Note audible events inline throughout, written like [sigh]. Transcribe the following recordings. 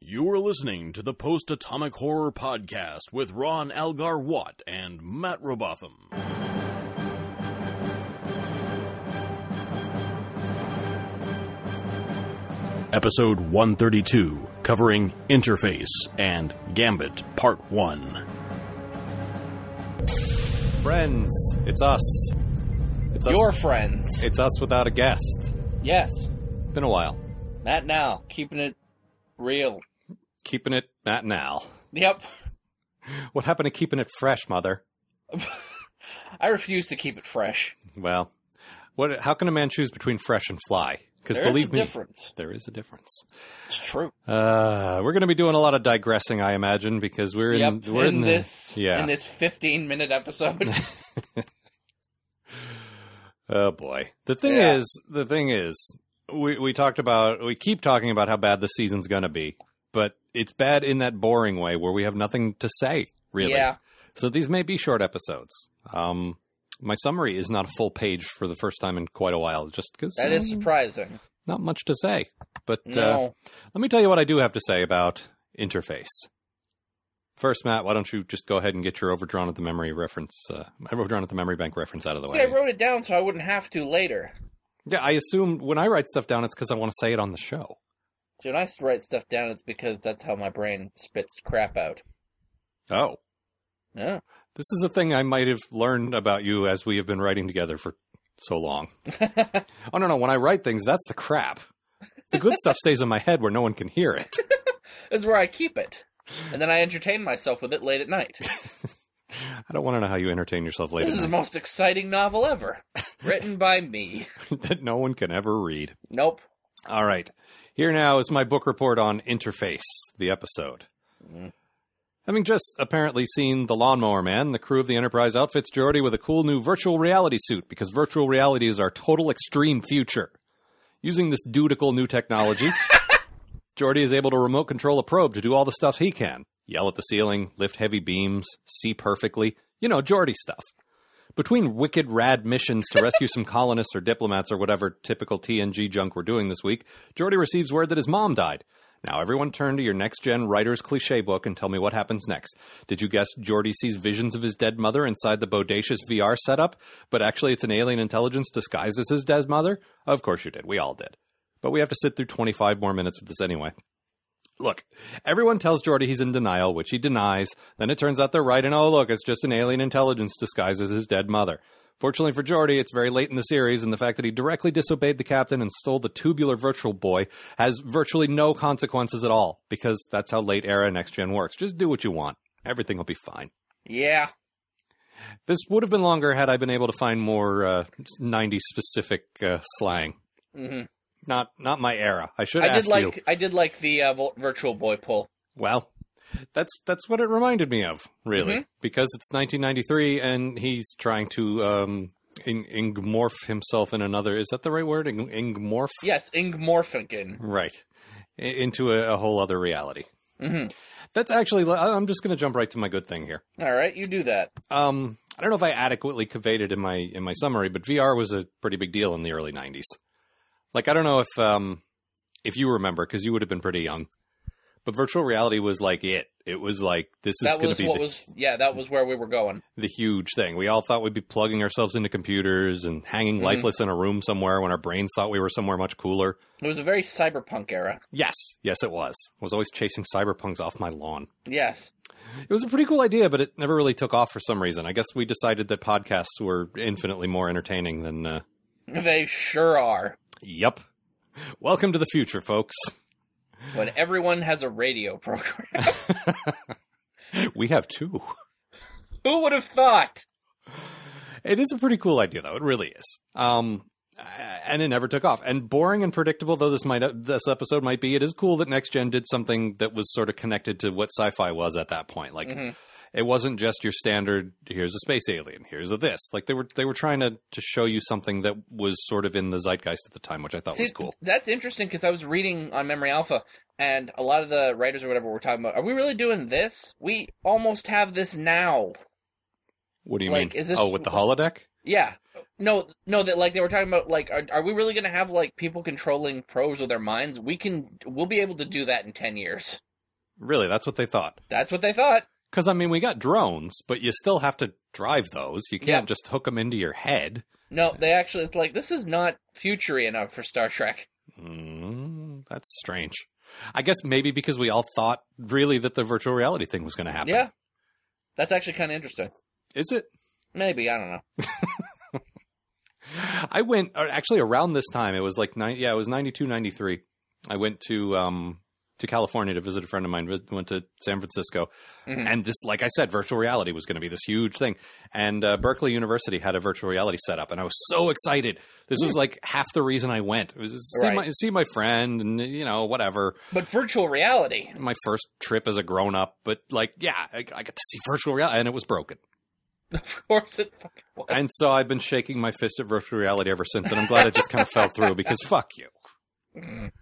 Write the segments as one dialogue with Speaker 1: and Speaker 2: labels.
Speaker 1: You are listening to the Post Atomic Horror Podcast with Ron Algar Watt and Matt Robotham. Episode 132, covering Interface and Gambit Part 1.
Speaker 2: Friends, it's us. It's us.
Speaker 3: Your friends.
Speaker 2: it's us without a guest.
Speaker 3: yes.
Speaker 2: Been a while.
Speaker 3: Matt now. Keeping it real.
Speaker 2: Keeping it Matt and Al.
Speaker 3: Yep.
Speaker 2: What happened to keeping it fresh, Mother?
Speaker 3: I refuse to keep it fresh.
Speaker 2: Well, what? How can a man choose between fresh and fly? Because
Speaker 3: There's
Speaker 2: believe
Speaker 3: a
Speaker 2: me,
Speaker 3: difference.
Speaker 2: there is a difference.
Speaker 3: It's true.
Speaker 2: Uh, we're going to be doing a lot of digressing, I imagine, because we're in
Speaker 3: yep.
Speaker 2: we're
Speaker 3: in,
Speaker 2: the-
Speaker 3: this
Speaker 2: yeah.
Speaker 3: in this 15 minute episode.
Speaker 2: Oh boy. The thing
Speaker 3: Yeah.
Speaker 2: is, the thing is, we we talked about we keep talking about how bad the season's going to be, but it's bad in that boring way where we have nothing to say, [laughs] really.
Speaker 3: Yeah.
Speaker 2: So these may be short episodes. Um my summary is not a full page for the first time in quite a while, just because
Speaker 3: That is surprising.
Speaker 2: not much to say. But uh,
Speaker 3: No.
Speaker 2: let me tell you what I do have to say about interface. First, Matt, why don't you just go ahead and get your overdrawn at the memory reference, uh, overdrawn at the memory bank reference out of the
Speaker 3: See,
Speaker 2: way?
Speaker 3: I wrote it down so I wouldn't have to later.
Speaker 2: Yeah, I assume when I write stuff down, it's because I want to say it on the show.
Speaker 3: See, when I write stuff down, it's because that's how my brain spits crap out.
Speaker 2: Oh.
Speaker 3: Yeah.
Speaker 2: This is a thing I might have learned about you as we have been writing together for so long. oh, no, no. When I write things, that's the crap. The good stuff stays in my head where no one can hear it.
Speaker 3: That's where I keep it. And then I entertain myself with it late at night.
Speaker 2: I don't want to know how you entertain yourself late
Speaker 3: this is
Speaker 2: at
Speaker 3: the
Speaker 2: night
Speaker 3: most exciting novel
Speaker 2: [laughs]
Speaker 3: ever. Written by me.
Speaker 2: that no one can ever read.
Speaker 3: Nope.
Speaker 2: All right. Here now is my book report on Interface, the episode.
Speaker 3: Mhm.
Speaker 2: Having just apparently seen The Lawnmower Man, the crew of the Enterprise outfits Geordi with a cool new virtual reality suit because virtual reality is our total extreme future. Using this dudical new technology, Geordi is able to remote control a probe to do all the stuff he can yell at the ceiling, lift heavy beams, see perfectly. You know, Geordi stuff. Between wicked rad missions to rescue some colonists or diplomats or whatever typical TNG junk we're doing this week, Geordi receives word that his mom died. Now, everyone turn to your next gen writer's cliche book and tell me what happens next. Did you guess Geordi sees visions of his dead mother inside the bodacious VR setup, but actually it's an alien intelligence disguised as his dead mother? Of course you did. We all did. But we have to sit through 25 more minutes of this anyway. Look, everyone tells Jordy he's in denial, which he denies. Then it turns out they're right, and oh, look, it's just an alien intelligence disguised as his dead mother. Fortunately for Jordy, it's very late in the series, and the fact that he directly disobeyed the captain and stole the tubular virtual boy has virtually no consequences at all, because that's how late era next gen works. Just do what you want, everything will be fine.
Speaker 3: Yeah.
Speaker 2: This would have been longer had I been able to find more uh, 90 specific uh, slang.
Speaker 3: hmm
Speaker 2: Not not my era. I should
Speaker 3: I
Speaker 2: ask
Speaker 3: did like
Speaker 2: you.
Speaker 3: I did like the uh, vol- virtual boy pull.
Speaker 2: Well, that's that's what it reminded me of, really, because it's 1993 and he's trying to um in- ingmorph himself in another. Is that the right word? In- ingmorph.
Speaker 3: Yes, Ingmorfinkin.
Speaker 2: Right. I- into a, a whole other reality.
Speaker 3: hmm
Speaker 2: That's actually. I- I'm just going to jump right to my good thing here.
Speaker 3: All right, you do that.
Speaker 2: Um, I don't know if I adequately conveyed it in my in my summary, but VR was a pretty big deal in the early 90s. Like I don't know if um if you remember because you would have been pretty young. But virtual reality was like it. It was like this is
Speaker 3: that
Speaker 2: going
Speaker 3: was
Speaker 2: to be
Speaker 3: what
Speaker 2: the-
Speaker 3: was. Yeah, that was where we were going.
Speaker 2: the huge thing. We all thought we'd be plugging ourselves into computers and hanging
Speaker 3: Mhm.
Speaker 2: lifeless in a room somewhere when our brains thought we were somewhere much cooler.
Speaker 3: It was a very cyberpunk era.
Speaker 2: Yes, yes, it was. I was always chasing cyberpunks off my lawn.
Speaker 3: Yes,
Speaker 2: It was a pretty cool idea, but it never really took off for some reason. I guess we decided that podcasts were infinitely more entertaining than. Uh,
Speaker 3: they sure are.
Speaker 2: yep. Welcome to the future, folks.
Speaker 3: When everyone has a radio program, [laughs]
Speaker 2: We have two.
Speaker 3: who would have thought?
Speaker 2: It is a pretty cool idea, though. It really is. Um, and it never took off. And boring and predictable though this might uh, this episode might be, it is cool that Next Gen did something that was sort of connected to what sci-fi was at that point. Like
Speaker 3: Mhm.
Speaker 2: it wasn't just your standard. Here's a space alien. Here's a this. Like they were they were trying to to show you something that was sort of in the zeitgeist at the time, which I thought
Speaker 3: See,
Speaker 2: was cool.
Speaker 3: That's interesting because I was reading on Memory Alpha, and a lot of the writers or whatever were talking about. Are we really doing this? We almost have this now.
Speaker 2: What do you
Speaker 3: like,
Speaker 2: mean?
Speaker 3: is this-
Speaker 2: oh, with the holodeck?
Speaker 3: Yeah. No, no. That like they were talking about. Like, are, are we really going to have like people controlling probes with their minds? We can. We'll be able to do that in ten years.
Speaker 2: Really, that's what they thought.
Speaker 3: That's what they thought.
Speaker 2: Because, I mean, we got drones, but you still have to drive those. You can't
Speaker 3: Yeah.
Speaker 2: just hook them into your head.
Speaker 3: No, they actually it's like this is not futury enough for Star Trek.
Speaker 2: Mm, that's strange. I guess maybe because we all thought really that the virtual reality thing was going to happen.
Speaker 3: Yeah, that's actually kind of interesting.
Speaker 2: Is it?
Speaker 3: Maybe I don't know.
Speaker 2: I went or actually around this time. It was like nine. Yeah, it was 92, 93. I went to um to California to visit a friend of mine. vi- Went to San Francisco,
Speaker 3: Mhm.
Speaker 2: and this, like I said, virtual reality was going to be this huge thing. And uh, Berkeley University had a virtual reality set up, and I was so excited. This was like half the reason I went. It was just see
Speaker 3: Right.
Speaker 2: my see my friend, and you know whatever.
Speaker 3: But virtual reality. [laughs]
Speaker 2: My first trip as a grown up, but like yeah, I, I got to see virtual reality, and it was broken.
Speaker 3: Of course it fucking was.
Speaker 2: And so I've been shaking my fist at virtual reality ever since, and I'm glad it just kind of fell through because fuck you.
Speaker 3: Mm.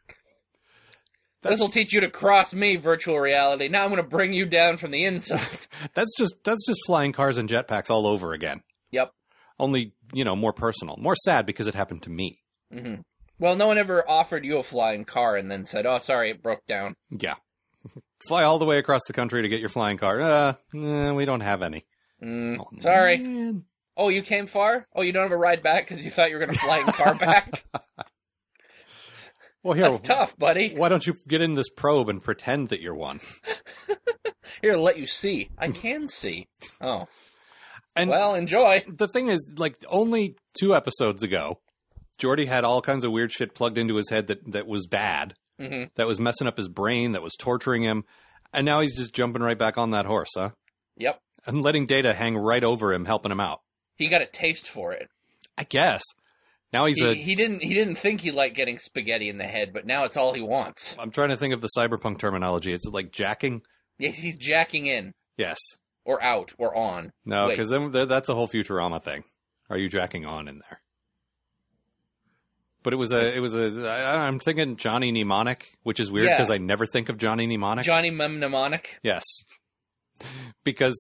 Speaker 3: This
Speaker 2: That's-
Speaker 3: will teach you to cross me, virtual reality. Now I'm going to bring you down from the
Speaker 2: [laughs]
Speaker 3: inside.
Speaker 2: That's just that's just flying cars and jetpacks all over again.
Speaker 3: Yep.
Speaker 2: Only you know more personal, more sad because it happened to me.
Speaker 3: hmm Well, no one ever offered you a flying car and then said, "Oh, sorry, it broke down."
Speaker 2: Yeah. [laughs] Fly all the way across the country to get your flying car. Uh, eh, we don't have any.
Speaker 3: Mm.
Speaker 2: Oh,
Speaker 3: [laughs] Sorry.
Speaker 2: man.
Speaker 3: Oh, you came far? Oh, you don't have a ride back because you thought you were going to flying
Speaker 2: [laughs]
Speaker 3: car back?
Speaker 2: Well, here.
Speaker 3: That's tough, buddy.
Speaker 2: Why don't you get in this probe and pretend that you're one?
Speaker 3: Here, let you see. I can see. Oh,
Speaker 2: Hmm. And
Speaker 3: well, enjoy.
Speaker 2: the thing is, like, only two episodes ago, Jordy had all kinds of weird shit plugged into his head that, that was bad,
Speaker 3: hmm
Speaker 2: that was messing up his brain, that was torturing him, and now he's just jumping right back on that horse, huh?
Speaker 3: Yep.
Speaker 2: And letting Data hang right over him, helping him out.
Speaker 3: He got a taste for it.
Speaker 2: I guess. Now he's
Speaker 3: He,
Speaker 2: a.
Speaker 3: he didn't. He didn't think he liked getting spaghetti in the head, but now it's all he wants.
Speaker 2: I'm trying to think of the cyberpunk terminology. It's like jacking.
Speaker 3: Yes, he's jacking in
Speaker 2: Yes.
Speaker 3: or out or on.
Speaker 2: No,
Speaker 3: Wait.
Speaker 2: because that's a whole Futurama thing. Are you jacking on in there? But it was a, it was a. I, I'm thinking Johnny Mnemonic, which is weird
Speaker 3: Yeah.
Speaker 2: because I never think of Johnny Mnemonic.
Speaker 3: Johnny Mnemonic. [laughs]
Speaker 2: yes, [laughs] because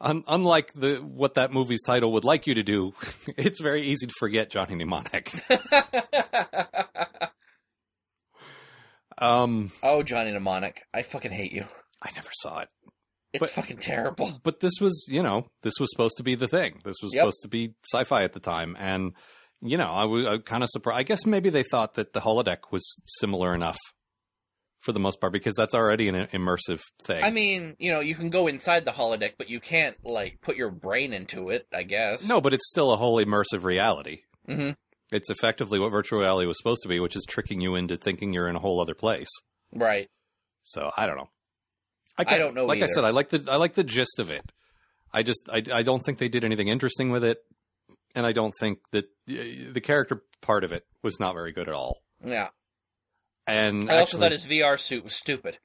Speaker 2: un, unlike the what that movie's title would like you to do, [laughs] it's very easy to forget Johnny Mnemonic. Um,
Speaker 3: oh, Johnny Mnemonic. I fucking hate you.
Speaker 2: I never saw it,
Speaker 3: It's
Speaker 2: But-
Speaker 3: fucking terrible.
Speaker 2: but this was, you know, this was supposed to be the thing. This was
Speaker 3: Yep.
Speaker 2: supposed to be sci-fi at the time, and you know, I was kind of surprised. I guess maybe they thought that the holodeck was similar enough for the most part because that's already an immersive thing.
Speaker 3: I mean, you know, you can go inside the holodeck, but you can't like put your brain into it. I guess.
Speaker 2: no, but it's still a whole immersive reality.
Speaker 3: hmm
Speaker 2: It's effectively what virtual reality was supposed to be, which is tricking you into thinking you're in a whole other place.
Speaker 3: Right.
Speaker 2: So I don't know. I,
Speaker 3: I don't know
Speaker 2: Like I
Speaker 3: either.
Speaker 2: said, I like the I like the gist of it. I just I, I don't think they did anything interesting with it, and I don't think that the, the character part of it was not very good at all.
Speaker 3: Yeah.
Speaker 2: And
Speaker 3: I also
Speaker 2: actually-
Speaker 3: thought his VR suit was stupid.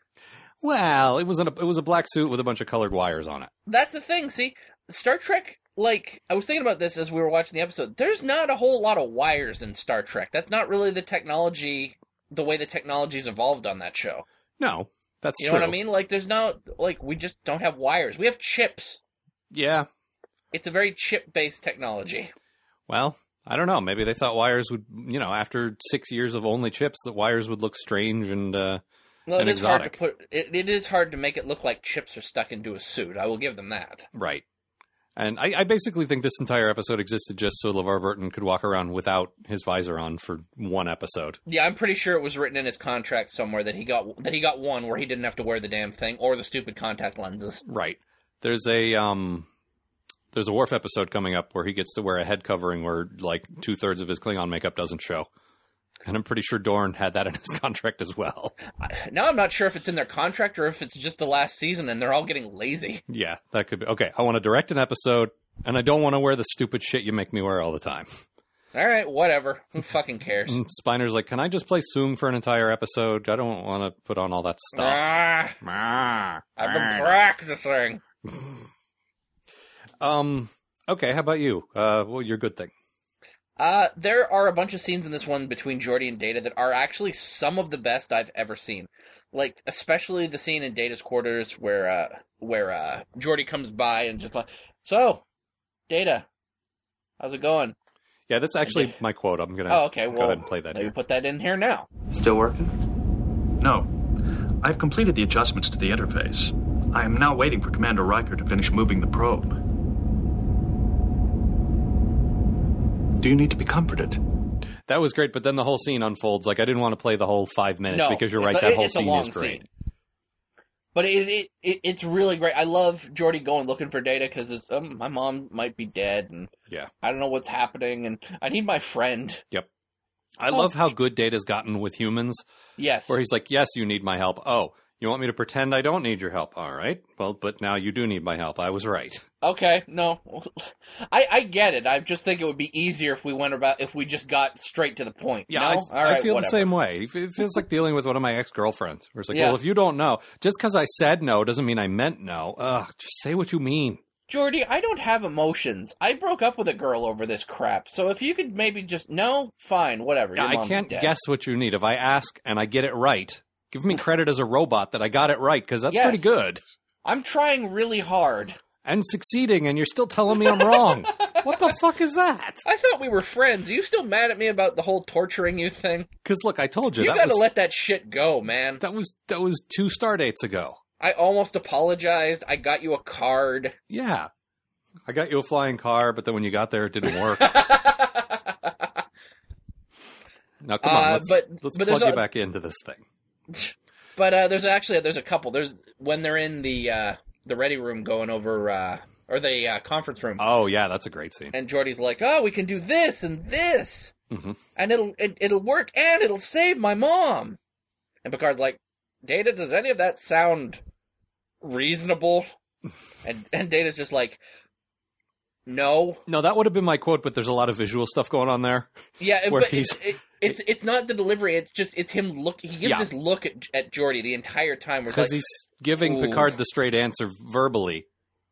Speaker 2: well, it was an, it was a black suit with a bunch of colored wires on it.
Speaker 3: That's the thing. See, Star Trek. Like I was thinking about this as we were watching the episode. There's not a whole lot of wires in Star Trek. That's not really the technology. The way the technology's evolved on that show.
Speaker 2: No, that's
Speaker 3: you know
Speaker 2: true.
Speaker 3: what I mean? Like there's no like we just don't have wires. We have chips.
Speaker 2: Yeah.
Speaker 3: It's a very chip-based technology.
Speaker 2: Well, I don't know. Maybe they thought wires would you know after six years of only chips that wires would look strange and uh,
Speaker 3: Well, it
Speaker 2: and
Speaker 3: is
Speaker 2: exotic.
Speaker 3: hard to put. It, it is hard to make it look like chips are stuck into a suit. I will give them that.
Speaker 2: Right. And I, I basically think this entire episode existed just so LeVar Burton could walk around without his visor on for one episode.
Speaker 3: Yeah, I'm pretty sure it was written in his contract somewhere that he got that he got one where he didn't have to wear the damn thing or the stupid contact lenses. [laughs]
Speaker 2: Right. There's a um there's a Worf episode coming up where he gets to wear a head covering where like two thirds of his Klingon makeup doesn't show. And I'm pretty sure Dorn had that in his [laughs] contract as well.
Speaker 3: I, now I'm not sure if it's in their contract or if it's just the last season and they're all getting lazy. [laughs]
Speaker 2: Yeah, that could be okay, I want to direct an episode and I don't want to wear the stupid shit you make me wear all the [laughs] time.
Speaker 3: All right, whatever. Who fucking
Speaker 2: [laughs]
Speaker 3: cares?
Speaker 2: And Spiner's like, Can I just play Soong for an entire episode? I don't want to put on all that stuff.
Speaker 3: Ah, I've been practicing.
Speaker 2: Um. Okay. How about you? Uh. Well, your good thing.
Speaker 3: Uh, there are a bunch of scenes in this one between Jordy and Data that are actually some of the best I've ever seen. Like, especially the scene in Data's quarters where, uh, where, uh, Jordy comes by and just like, so, Data, how's it going?
Speaker 2: Yeah, that's actually my quote. I'm gonna.
Speaker 3: Oh, okay,
Speaker 2: go
Speaker 3: well,
Speaker 2: ahead and play that.
Speaker 3: let me
Speaker 2: Here.
Speaker 3: put that in here now.
Speaker 4: Still working?
Speaker 5: No.
Speaker 4: I've completed the adjustments to the interface. I am now waiting for Commander Riker to finish moving the probe. Do you need to be comforted?
Speaker 2: That was great, but then the whole scene unfolds. Like I didn't want to play the whole five minutes
Speaker 3: No,
Speaker 2: because you're
Speaker 3: it's
Speaker 2: right.
Speaker 3: a-
Speaker 2: that
Speaker 3: it-
Speaker 2: whole
Speaker 3: it's a
Speaker 2: scene
Speaker 3: long
Speaker 2: is great.
Speaker 3: scene. But it, it, it it's really great. I love Jordy going looking for data because um, my mom might be dead and
Speaker 2: Yeah.
Speaker 3: I don't know what's happening and I need my friend.
Speaker 2: I
Speaker 3: Oh.
Speaker 2: love how good Data's gotten with humans,
Speaker 3: Yes,
Speaker 2: where he's like, "Yes, you need my help. Oh, you want me to pretend I don't need your help? All right. Well, but now you do need my help. I was right. [laughs]
Speaker 3: okay. No, [laughs] I I get it. I just think it would be easier if we went about if we just got straight to the point.
Speaker 2: Yeah,
Speaker 3: no?
Speaker 2: I,
Speaker 3: All
Speaker 2: I
Speaker 3: right,
Speaker 2: feel
Speaker 3: whatever.
Speaker 2: the same way. It fe- It feels like dealing with one of my ex girlfriends. Where it's like,
Speaker 3: Yeah.
Speaker 2: well, if you don't know, just because I said no doesn't mean I meant no. Ugh, just say what you mean.
Speaker 3: Jordy, I don't have emotions. I broke up with a girl over this crap. So if you could maybe just no, fine, whatever.
Speaker 2: Yeah,
Speaker 3: Your
Speaker 2: I
Speaker 3: mom's
Speaker 2: can't
Speaker 3: dead.
Speaker 2: guess what you need. If I ask and I get it right, give me credit as a robot that I got it right because that's pretty
Speaker 3: Yes.
Speaker 2: good.
Speaker 3: I'm trying really hard.
Speaker 2: And succeeding, and you're still telling me
Speaker 3: [laughs]
Speaker 2: I'm wrong. what the fuck is that?
Speaker 3: I thought we were friends. Are you still mad at me about the whole torturing you thing?
Speaker 2: Because look, I told you,
Speaker 3: you
Speaker 2: that
Speaker 3: gotta
Speaker 2: was
Speaker 3: let that shit go, man.
Speaker 2: that was that was two star dates ago.
Speaker 3: I almost apologized. I got you a card. [laughs]
Speaker 2: Yeah, I got you a flying car, but then when you got there, it didn't work. now come on,
Speaker 3: Uh,
Speaker 2: let's,
Speaker 3: but-
Speaker 2: let's
Speaker 3: but there's
Speaker 2: plug you
Speaker 3: a-
Speaker 2: back into this thing.
Speaker 3: But uh, there's actually there's a couple. There's when they're in the uh, the ready room going over uh, or the uh, conference room,
Speaker 2: Oh yeah, that's a great scene.
Speaker 3: and Jordy's like, "Oh, we can do this and this,
Speaker 2: Mhm.
Speaker 3: and it'll it, it'll work, and it'll save my mom." And Picard's like, "Data, does any of that sound
Speaker 2: [laughs]
Speaker 3: reasonable?" and and Data's just like, "No,
Speaker 2: No, that would have been my quote, but there's a lot of visual stuff going on there.
Speaker 3: yeah."
Speaker 2: Where
Speaker 3: but it's,
Speaker 2: he's-
Speaker 3: it, it's it's not the delivery. It's just it's him look. He gives
Speaker 2: Yeah.
Speaker 3: this look at, at Jordy the entire time. Where it's
Speaker 2: Because
Speaker 3: like,
Speaker 2: he's giving
Speaker 3: Ooh.
Speaker 2: Picard the straight answer verbally.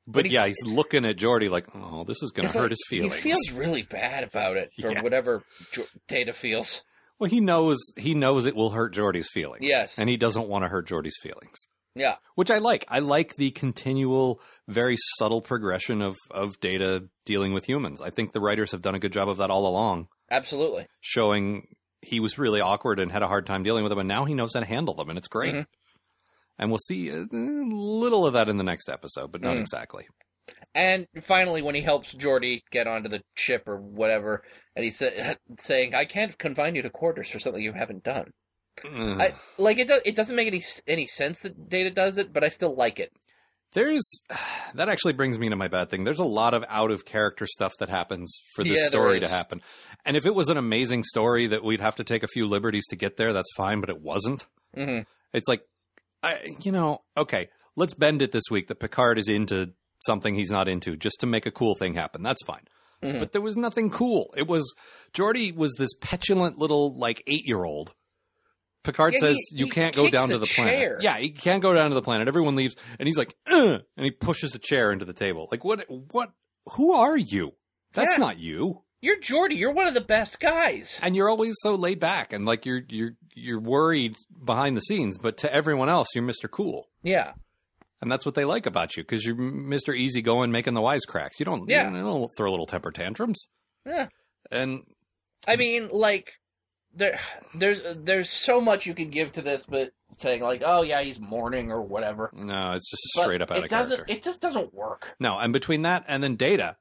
Speaker 2: But,
Speaker 3: But he's-
Speaker 2: yeah, he's looking at Geordi like, oh, this is going to
Speaker 3: It's
Speaker 2: hurt
Speaker 3: like,
Speaker 2: his feelings.
Speaker 3: He feels really bad about it, or
Speaker 2: Yeah.
Speaker 3: whatever Jo- Data feels.
Speaker 2: well, he knows he knows it will hurt Geordi's feelings.
Speaker 3: Yes.
Speaker 2: and he doesn't want to hurt Geordi's feelings.
Speaker 3: Yeah.
Speaker 2: which I like. I like the continual, very subtle progression of of Data dealing with humans. I think the writers have done a good job of that all along,
Speaker 3: Absolutely.
Speaker 2: showing he was really awkward and had a hard time dealing with them, and now he knows how to handle them, and it's great.
Speaker 3: Mhm.
Speaker 2: And we'll see a little of that in the next episode, but not
Speaker 3: Mm.
Speaker 2: exactly.
Speaker 3: And finally, when he helps Jordy get onto the ship or whatever, and he's sa- [laughs] saying, "I can't confine you to quarters for something you haven't done."
Speaker 2: Ugh. [sighs]
Speaker 3: I, like it does. It doesn't make any s- any sense that Data does it, but I still like it.
Speaker 2: There's [sighs] that actually brings me to my bad thing. There's a lot of out of character stuff that happens for this
Speaker 3: Yeah, there
Speaker 2: story to
Speaker 3: is.
Speaker 2: happen. And if it was an amazing story that we'd have to take a few liberties to get there, that's fine, but it wasn't.
Speaker 3: hmm
Speaker 2: It's like I you know, okay, let's bend it this week that Picard is into something he's not into just to make a cool thing happen. That's fine.
Speaker 3: Mhm.
Speaker 2: But there was nothing cool. It was Geordi was this petulant little like 8-year-old. Picard
Speaker 3: Yeah,
Speaker 2: says
Speaker 3: he-
Speaker 2: you
Speaker 3: he
Speaker 2: can't go
Speaker 3: kicks
Speaker 2: down
Speaker 3: a
Speaker 2: to the
Speaker 3: chair.
Speaker 2: planet. Yeah, you can't go down to the planet. Everyone leaves and he's like "Ugh," and he pushes a chair into the table. Like what what who are you? That's
Speaker 3: Yeah.
Speaker 2: not you.
Speaker 3: You're Jordy. You're one of the best guys.
Speaker 2: And you're always so laid back and like you're you're you're worried behind the scenes, but to everyone else you're Mr. Cool.
Speaker 3: Yeah.
Speaker 2: And that's what they like about you because you're Mr. Easygoing, making the wisecracks. You don't,
Speaker 3: Yeah.
Speaker 2: you don't- you don't throw little temper tantrums.
Speaker 3: Yeah.
Speaker 2: And
Speaker 3: I mean, like there, [sighs] there's there's so much you can give to this, but saying like, "Oh yeah, he's mourning" or whatever.
Speaker 2: no, it's just
Speaker 3: But
Speaker 2: straight up out
Speaker 3: it
Speaker 2: of
Speaker 3: doesn't,
Speaker 2: character.
Speaker 3: It just doesn't work.
Speaker 2: no, and between that and then Data,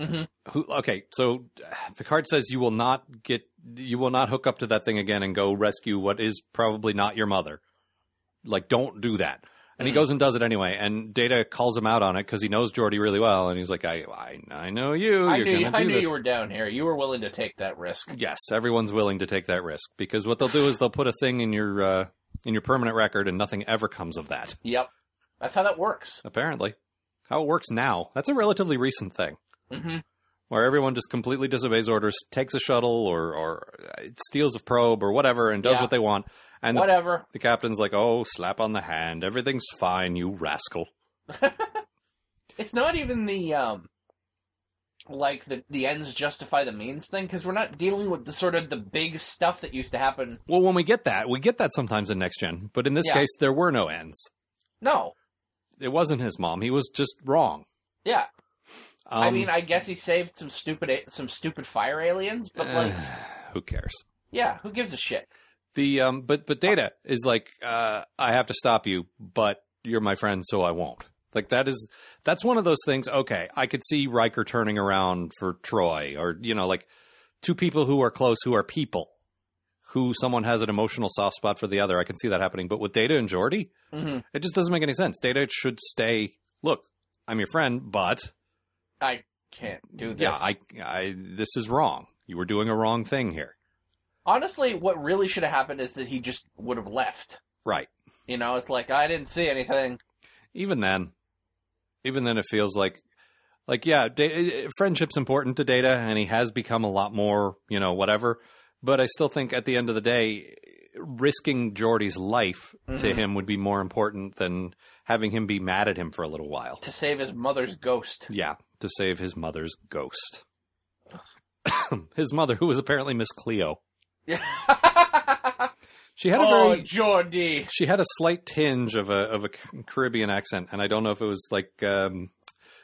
Speaker 3: Mm-hmm.
Speaker 2: who okay, so uh, Picard says you will not get, you will not hook up to that thing again and go rescue what is probably not your mother. Like, don't do that. And he
Speaker 3: Mhm.
Speaker 2: goes and does it anyway. And Data calls him out on it because he knows Geordi really well, and he's like, "I, I, I know you.
Speaker 3: I
Speaker 2: You're
Speaker 3: knew,
Speaker 2: gonna
Speaker 3: I
Speaker 2: do
Speaker 3: knew
Speaker 2: this.
Speaker 3: you were down here. You were willing to take that risk.
Speaker 2: Yes, everyone's willing to take that risk because what they'll do is they'll put a thing in your uh, in your permanent record, and nothing ever comes of that.
Speaker 3: Yep, that's how that works.
Speaker 2: Apparently, how it works now. That's a relatively recent thing
Speaker 3: Mm-hmm.
Speaker 2: where everyone just completely disobeys orders, takes a shuttle or or uh, steals a probe or whatever, and does
Speaker 3: Yeah.
Speaker 2: what they want. And the,
Speaker 3: Whatever.
Speaker 2: the captain's like, "Oh, slap on the hand. Everything's fine, you rascal."
Speaker 3: It's not even the um, like the the ends justify the means thing because we're not dealing with the sort of the big stuff that used to happen.
Speaker 2: Well, when we get that, we get that sometimes in next gen, but in this
Speaker 3: Yeah.
Speaker 2: case, there were no ends.
Speaker 3: No.
Speaker 2: It wasn't his mom. He was just wrong.
Speaker 3: Yeah,
Speaker 2: Um,
Speaker 3: I mean, I guess he saved some
Speaker 2: eh.
Speaker 3: stupid, a- some stupid fire aliens, but like,
Speaker 2: [sighs] who cares?
Speaker 3: yeah, who gives a shit?
Speaker 2: The um, but but Data is like, uh, I have to stop you, but you're my friend, so I won't. Like that is that's one of those things. Okay, I could see Riker turning around for Troy, or you know, like two people who are close, who are people, who someone has an emotional soft spot for the other. I can see that happening. But with Data and Geordi,
Speaker 3: hmm
Speaker 2: it just doesn't make any sense. Data should stay. Look, I'm your friend, but
Speaker 3: I can't do this.
Speaker 2: yeah, I, I, this is wrong. You were doing a wrong thing here.
Speaker 3: honestly, what really should have happened is that he just would have left.
Speaker 2: Right.
Speaker 3: You know, it's like I didn't see anything.
Speaker 2: Even then, even then, it feels like, like yeah, da- eh, friendship's important to Data, and he has become a lot more, you know, whatever. But I still think at the end of the day, risking Jordy's life to
Speaker 3: Mhm.
Speaker 2: him would be more important than having him be mad at him for a little while.
Speaker 3: to save his mother's ghost. [laughs]
Speaker 2: Yeah, to save his mother's ghost. [coughs] his mother, who was apparently Miss Cleo,
Speaker 3: oh,
Speaker 2: she had a very
Speaker 3: Jordy.
Speaker 2: she had a slight tinge of a of a Caribbean accent, and I don't know if it was like um,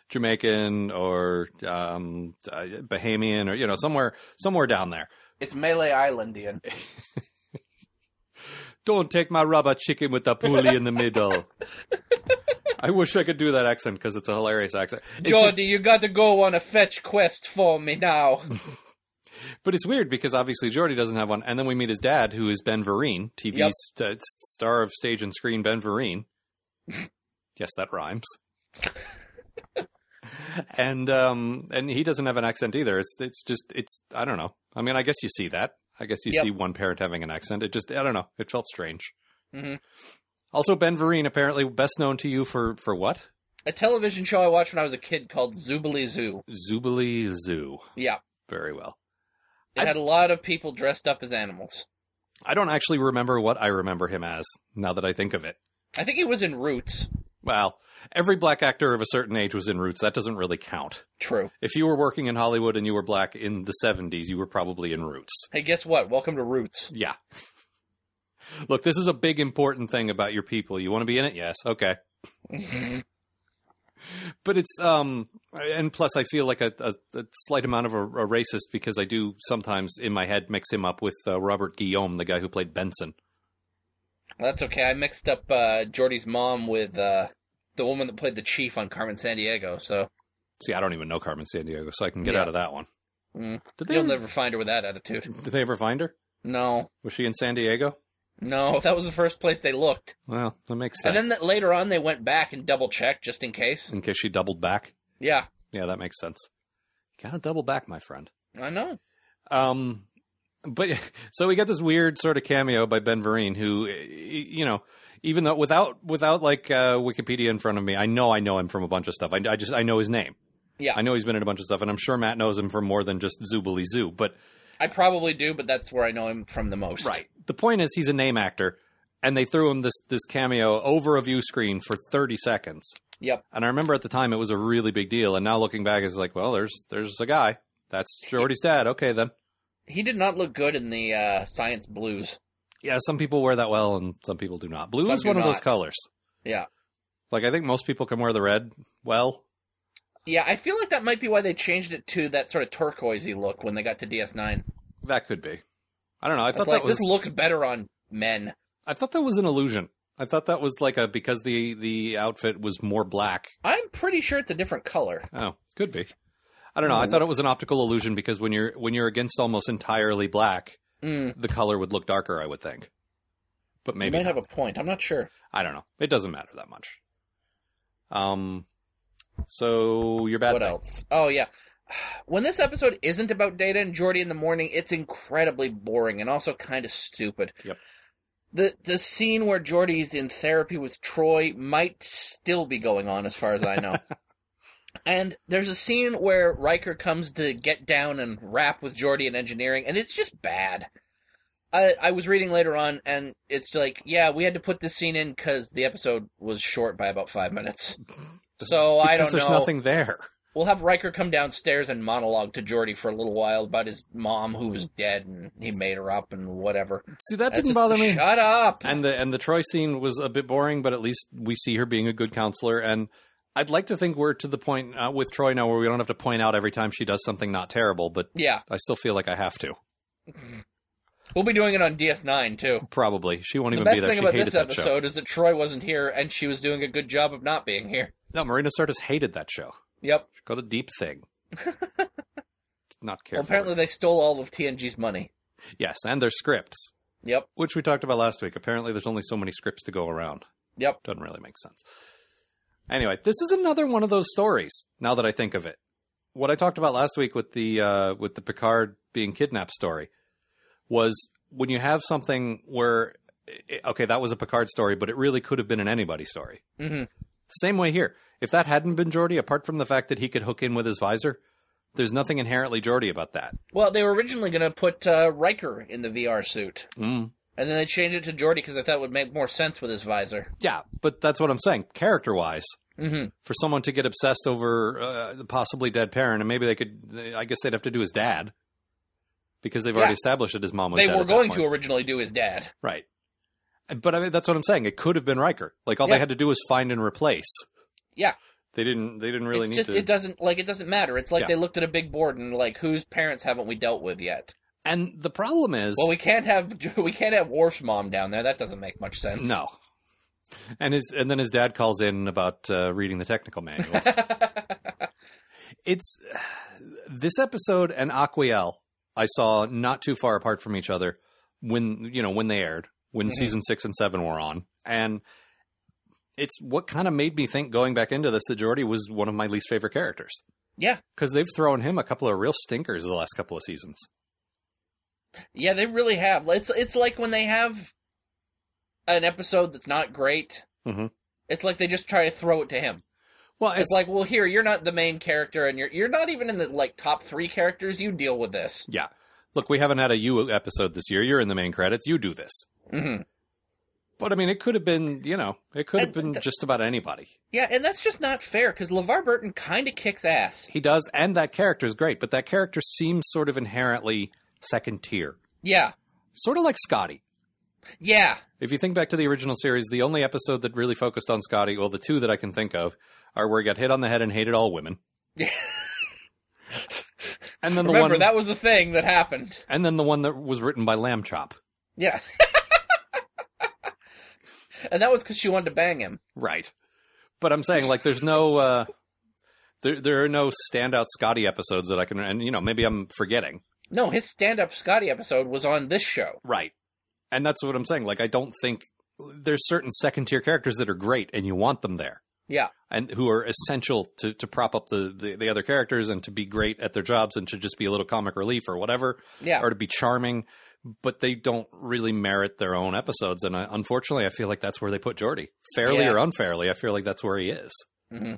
Speaker 2: Jamaican or um, uh, Bahamian or you know somewhere somewhere down there.
Speaker 3: It's Malay Islandian.
Speaker 2: Don't take my rubber chicken with the pulley in the middle. I wish I could do that accent because it's a hilarious accent. It's just-
Speaker 3: Jordy, you got to go on a fetch quest for me
Speaker 2: [laughs]
Speaker 3: now.
Speaker 2: But it's weird because obviously Jordy doesn't have one, and then we meet his dad, who is Ben Vereen, TV's
Speaker 3: Yep.
Speaker 2: uh, s- star of stage and screen Ben
Speaker 3: [laughs]
Speaker 2: Vereen. yes, that rhymes. [laughs] and um, and he doesn't have an accent either. It's it's just it's I don't know. I mean, I guess you see that. I guess you
Speaker 3: Yep.
Speaker 2: see one parent having an accent. It just I don't know. It felt strange.
Speaker 3: Mhm.
Speaker 2: Also, Ben Vereen apparently best known to you for for what?
Speaker 3: A television show I watched when I was a kid called Zubilee Zoo.
Speaker 2: Zubilee Zoo.
Speaker 3: Yeah,
Speaker 2: Very well.
Speaker 3: it
Speaker 2: I-
Speaker 3: had a lot of people dressed up as animals.
Speaker 2: I don't actually remember what I remember him as. Now that I think of it.
Speaker 3: I think he was in Roots.
Speaker 2: Well, every black actor of a certain age was in Roots. That doesn't really count.
Speaker 3: True.
Speaker 2: If you were working in Hollywood and you were black in the 70s, you were probably in Roots.
Speaker 3: Hey, guess what? Welcome to Roots. [laughs]
Speaker 2: Yeah. [laughs] Look, this is a big important thing about your people. You want to be in it? Yes. Okay. But it's um and plus I feel like a, a, a slight amount of a, a racist because I do sometimes in my head mix him up with uh, Robert Guillaume, the guy who played Benson.
Speaker 3: That's okay. I mixed up uh, Jordy's mom with uh, the woman that played the chief on Carmen Sandiego, so
Speaker 2: See, I don't even know Carmen Sandiego, so I can get
Speaker 3: Yeah.
Speaker 2: out of that one.
Speaker 3: Mm.
Speaker 2: Did they
Speaker 3: you'll never find her with that attitude.
Speaker 2: Did they ever find her?
Speaker 3: No,
Speaker 2: Was she in San Diego?
Speaker 3: no, [laughs] that was the first place they looked.
Speaker 2: Well, that makes
Speaker 3: And
Speaker 2: sense.
Speaker 3: then that later on, they went back and double checked just in case.
Speaker 2: in case she doubled back.
Speaker 3: Yeah,
Speaker 2: Yeah, that makes sense. Gotta double back, my friend.
Speaker 3: I know.
Speaker 2: Um, but [laughs] so we got this weird sort of cameo by Ben Vereen, who, eh, y- you know, even though without without like uh, Wikipedia in front of me, I know I know him from a bunch of stuff. I, I just I know his name.
Speaker 3: Yeah.
Speaker 2: I know he's been in a bunch of stuff, and I'm sure Matt knows him from more than just Zoobly Zoo. But
Speaker 3: I probably do, but that's where I know him from the most.
Speaker 2: the point is he's a name actor, and they threw him this this cameo over a view screen for 30 seconds.
Speaker 3: Yep.
Speaker 2: And I remember at the time it was a really big deal. And now looking back, it's like, well, there's there's a guy. That's Jordy's dad. Okay, then.
Speaker 3: He did not look good in the uh, science blues.
Speaker 2: Yeah, some people wear that well, and some people do not. Blue
Speaker 3: Some
Speaker 2: is
Speaker 3: do
Speaker 2: one of
Speaker 3: not.
Speaker 2: those colors.
Speaker 3: Yeah.
Speaker 2: Like I think most people can wear the red well.
Speaker 3: Yeah, I feel like that might be why they changed it to that sort of turquoisey look when they got to DS9.
Speaker 2: That could be. I don't know. I
Speaker 3: It's
Speaker 2: thought
Speaker 3: like
Speaker 2: that was.
Speaker 3: this looks better on men.
Speaker 2: I thought that was an illusion. I thought that was like a because the the outfit was more black.
Speaker 3: I'm pretty sure it's a different color.
Speaker 2: Oh, could be. I don't know.
Speaker 3: Mm.
Speaker 2: I thought it was an optical illusion because when you're when you're against almost entirely black,
Speaker 3: Mm,
Speaker 2: the color would look darker. I would think. But
Speaker 3: you
Speaker 2: maybe
Speaker 3: might
Speaker 2: not.
Speaker 3: have a point. I'm not sure.
Speaker 2: I don't know. It doesn't matter that much. Um, so your bad
Speaker 3: what
Speaker 2: thing.
Speaker 3: else? Oh yeah. When this episode isn't about Data and Jordy in the morning, it's incredibly boring and also kind of stupid.
Speaker 2: Yep.
Speaker 3: The the scene where Jordy's in therapy with Troy might still be going on as far as I
Speaker 2: [laughs]
Speaker 3: know. and there's a scene where Riker comes to get down and rap with Jordy in engineering and it's just bad. I I was reading later on and it's like, yeah, we had to put this scene in cuz the episode was short by about 5
Speaker 2: [laughs]
Speaker 3: minutes. So I
Speaker 2: Because
Speaker 3: don't
Speaker 2: there's
Speaker 3: know.
Speaker 2: nothing there.
Speaker 3: We'll have Riker come downstairs and monologue to Jordy for a little while about his mom who was dead and he made her up and whatever.
Speaker 2: See,
Speaker 3: That's
Speaker 2: that didn't
Speaker 3: just-
Speaker 2: bother me.
Speaker 3: Shut up.
Speaker 2: And the and the Troy scene was a bit boring, but at least we see her being a good counselor. And I'd like to think we're to the point uh, with Troy now where we don't have to point out every time she does something not terrible. But
Speaker 3: yeah.
Speaker 2: I still feel like I have to.
Speaker 3: We'll be doing it on DS9 too.
Speaker 2: Probably. She won't
Speaker 3: The
Speaker 2: even
Speaker 3: best
Speaker 2: be there.
Speaker 3: thing
Speaker 2: She
Speaker 3: about
Speaker 2: hated
Speaker 3: this
Speaker 2: that show.
Speaker 3: episode is that Troy wasn't here, and she was doing a good job of not being here.
Speaker 2: No, Marina Sirtis hated that show.
Speaker 3: Yep.
Speaker 2: She got a deep
Speaker 3: [laughs]
Speaker 2: thing. Did Not care.
Speaker 3: Well,
Speaker 2: for
Speaker 3: apparently
Speaker 2: it.
Speaker 3: they stole all of TNG's money.
Speaker 2: yes, and their scripts,
Speaker 3: Yep.
Speaker 2: which we talked about last week. Apparently, there's only so many scripts to go around.
Speaker 3: Yep.
Speaker 2: Doesn't really make sense. Anyway, this is another one of those stories. Now that I think of it, what I talked about last week with the uh, with the Picard being kidnapped story was when you have something where eh, okay, that was a Picard story, but it really could have been an anybody story.
Speaker 3: hmm
Speaker 2: Same way here. If that hadn't been Geordi, apart from the fact that he could hook in with his visor, there's nothing inherently Geordi about that.
Speaker 3: Well, they were originally going to put uh, Riker in the VR suit,
Speaker 2: Mm.
Speaker 3: and then they changed it to Geordi because I thought it would make more sense with his visor.
Speaker 2: Yeah, but that's what I'm saying. Character wise,
Speaker 3: hmm
Speaker 2: for someone to get obsessed over uh, the possibly dead parent, and maybe they could, I guess they'd have to do his dad because they've already
Speaker 3: Yeah.
Speaker 2: established that his mom was
Speaker 3: They
Speaker 2: dead
Speaker 3: were
Speaker 2: at that
Speaker 3: going
Speaker 2: point.
Speaker 3: to originally do his dad.
Speaker 2: Right. But I mean, that's what I'm saying. It could have been Riker. Like all
Speaker 3: Yeah.
Speaker 2: they had to do was find and replace.
Speaker 3: Yeah.
Speaker 2: They didn't. They didn't really
Speaker 3: it's
Speaker 2: need
Speaker 3: just
Speaker 2: to.
Speaker 3: it doesn't like it doesn't matter. It's like
Speaker 2: Yeah.
Speaker 3: they looked at a big board and like whose parents haven't we dealt with yet?
Speaker 2: and the problem is,
Speaker 3: Well, we can't have [laughs] we can't have Worf's mom down there. That doesn't make much sense.
Speaker 2: No. And his and then his dad calls in about uh, reading the technical manuals. it's this episode and Aquiel I saw not too far apart from each other when you know when they aired when
Speaker 3: Mhm.
Speaker 2: season six and seven were on and it's what kind of made me think going back into this that Geordi was one of my least favorite characters
Speaker 3: yeah,
Speaker 2: because they've thrown him a couple of real stinkers the last couple of seasons.
Speaker 3: yeah, they really have. It's it's like when they have an episode that's not great.
Speaker 2: Mhm.
Speaker 3: It's like they just try to throw it to him.
Speaker 2: Well,
Speaker 3: It's, like, well, here you're not the main character, and you're you're not even in the like top three characters. You deal with this.
Speaker 2: yeah, look, we haven't had a you episode this year. You're in the main credits. You do this.
Speaker 3: hmm
Speaker 2: But I mean, it could have been, you know, it could have
Speaker 3: And
Speaker 2: been
Speaker 3: th-
Speaker 2: just about anybody.
Speaker 3: Yeah, and that's just not fair because LeVar Burton kind of kicks ass.
Speaker 2: He does, and that character is great, but that character seems sort of inherently second tier,
Speaker 3: Yeah,
Speaker 2: sort of like Scotty.
Speaker 3: yeah,
Speaker 2: If you think back to the original series, the only episode that really focused on Scotty, well, the two that I can think of, are where he got hit on the head and hated all
Speaker 3: [laughs]
Speaker 2: women,
Speaker 3: yeah.
Speaker 2: and then the
Speaker 3: Remember
Speaker 2: one
Speaker 3: that was the thing that happened.
Speaker 2: and then the one that was written by Lamb Chop.
Speaker 3: Yes. [laughs] and that was because she wanted to bang him.
Speaker 2: Right. But I'm saying like there's no uh there there are no standout Scotty episodes that I can and you know, maybe I'm forgetting.
Speaker 3: No, his stand-up Scotty episode was on this show.
Speaker 2: Right. And that's what I'm saying. Like, I don't think there's certain second tier characters that are great and you want them there
Speaker 3: Yeah,
Speaker 2: and who are essential to, to prop up the, the, the other characters and to be great at their jobs and to just be a little comic relief or whatever
Speaker 3: yeah.
Speaker 2: or to be charming. But they don't really merit their own episodes. And I, unfortunately, I feel like that's where they put Jordy. Fairly
Speaker 3: Yeah.
Speaker 2: or unfairly, I feel like that's where he is.
Speaker 3: hmm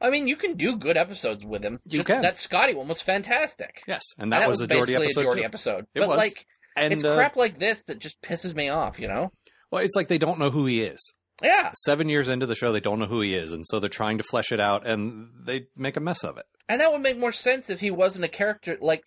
Speaker 3: I mean, you can do good episodes with him.
Speaker 2: You can.
Speaker 3: That Scotty one was fantastic.
Speaker 2: Yes. And that,
Speaker 3: And
Speaker 2: was, a Jordy
Speaker 3: basically
Speaker 2: episode.
Speaker 3: a Geordi
Speaker 2: too.
Speaker 3: episode.
Speaker 2: It
Speaker 3: but
Speaker 2: was.
Speaker 3: like,
Speaker 2: And
Speaker 3: it's
Speaker 2: uh,
Speaker 3: crap like this that just pisses me off. You know?
Speaker 2: well, it's like they don't know who he is.
Speaker 3: Yeah.
Speaker 2: Seven years into the show, they don't know who he is. And so they're trying to flesh it out and they make a mess of it.
Speaker 3: And that would make more sense if he wasn't a character like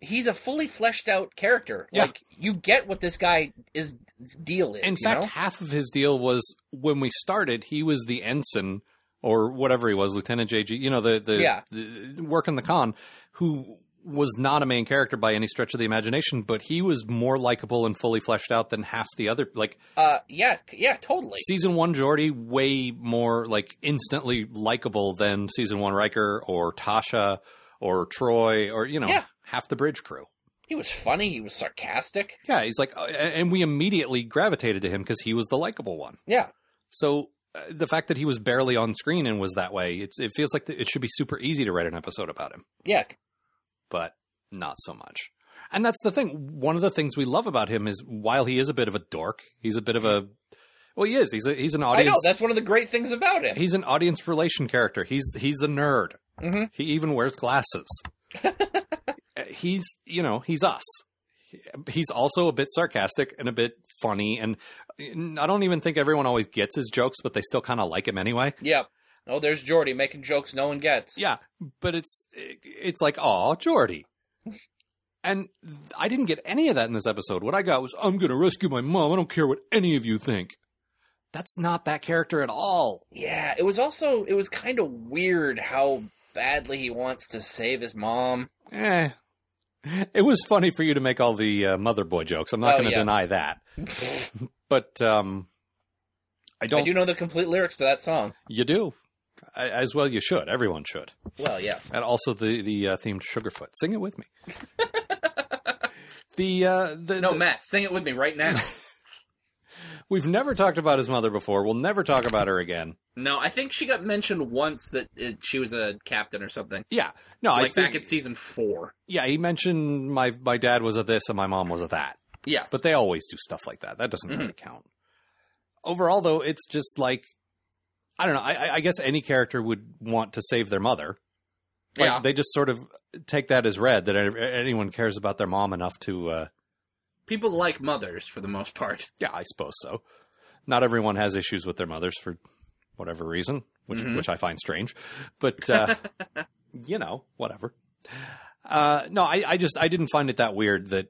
Speaker 3: he's a fully fleshed out character.
Speaker 2: Yeah.
Speaker 3: Like you get what this guy is his deal is,
Speaker 2: In
Speaker 3: you
Speaker 2: fact,
Speaker 3: know?
Speaker 2: half of his deal was when we started, he was the ensign or whatever he was, Lieutenant JG, you know, the, the,
Speaker 3: Yeah.
Speaker 2: the work in the con, who was not a main character by any stretch of the imagination, but he was more likable and fully fleshed out than half the other. Like
Speaker 3: Uh yeah, yeah, totally.
Speaker 2: season one Geordi, way more like instantly likable than season one Riker or Tasha or Troy or, you know,
Speaker 3: Yeah.
Speaker 2: half the bridge crew.
Speaker 3: He was funny, he was sarcastic.
Speaker 2: Yeah, he's like, uh, and we immediately gravitated to him because he was the likable one.
Speaker 3: Yeah.
Speaker 2: So uh, the fact that he was barely on screen and was that way, it's, it feels like th- it should be super easy to write an episode about him,
Speaker 3: Yeah.
Speaker 2: but not so much. And that's the thing. One of the things we love about him is while he is a bit of a dork, he's a bit of a well, he is. He's a, he's an audience.
Speaker 3: I know, that's one of the great things about him.
Speaker 2: he's an audience relation character. He's he's a nerd.
Speaker 3: Mhm.
Speaker 2: He even wears glasses. Uh, he's you know he's us. He's also a bit sarcastic and a bit funny, and I don't even think everyone always gets his jokes, but they still kind of like him anyway.
Speaker 3: Yeah. Oh, there's Jordy making jokes no one gets.
Speaker 2: Yeah, but it's it's like, oh, Jordy. And I didn't get any of that in this episode. What I got was, I'm going to rescue my mom. I don't care what any of you think. That's not that character at all.
Speaker 3: Yeah, it was also it was kind of weird how badly he wants to save his mom.
Speaker 2: Eh, It was funny for you to make all the uh, mother boy jokes. I'm not
Speaker 3: Oh,
Speaker 2: going to
Speaker 3: yeah. [laughs]
Speaker 2: deny that. but um, I don't.
Speaker 3: I do know the complete lyrics to that song.
Speaker 2: You do. I, as well, you should. Everyone should.
Speaker 3: Well, yes.
Speaker 2: And also the the uh, themed Sugarfoot. Sing it
Speaker 3: [laughs]
Speaker 2: with me. the uh, the, [laughs]
Speaker 3: No,
Speaker 2: the-
Speaker 3: Matt, sing it with me right
Speaker 2: [laughs]
Speaker 3: now.
Speaker 2: we've never talked about his mother before. We'll never talk about her again.
Speaker 3: No, I think she got mentioned once that it, she was a captain or something.
Speaker 2: Yeah. No,
Speaker 3: like
Speaker 2: I think
Speaker 3: back at season four.
Speaker 2: yeah. He mentioned my my dad was a this and my mom was a that.
Speaker 3: Yes.
Speaker 2: But they always do stuff like that. That doesn't
Speaker 3: Mhm.
Speaker 2: really count. Overall, though, it's just like I don't know. I, I- I guess any character would want to save their mother. Like,
Speaker 3: yeah.
Speaker 2: They just sort of take that as read that a- anyone cares about their mom enough to. Uh,
Speaker 3: People like mothers for the most part.
Speaker 2: yeah, I suppose so. Not everyone has issues with their mothers for whatever reason, which
Speaker 3: Mhm.
Speaker 2: which I find strange. But
Speaker 3: [laughs]
Speaker 2: uh, you know, whatever. Uh, no, I, I just I didn't find it that weird that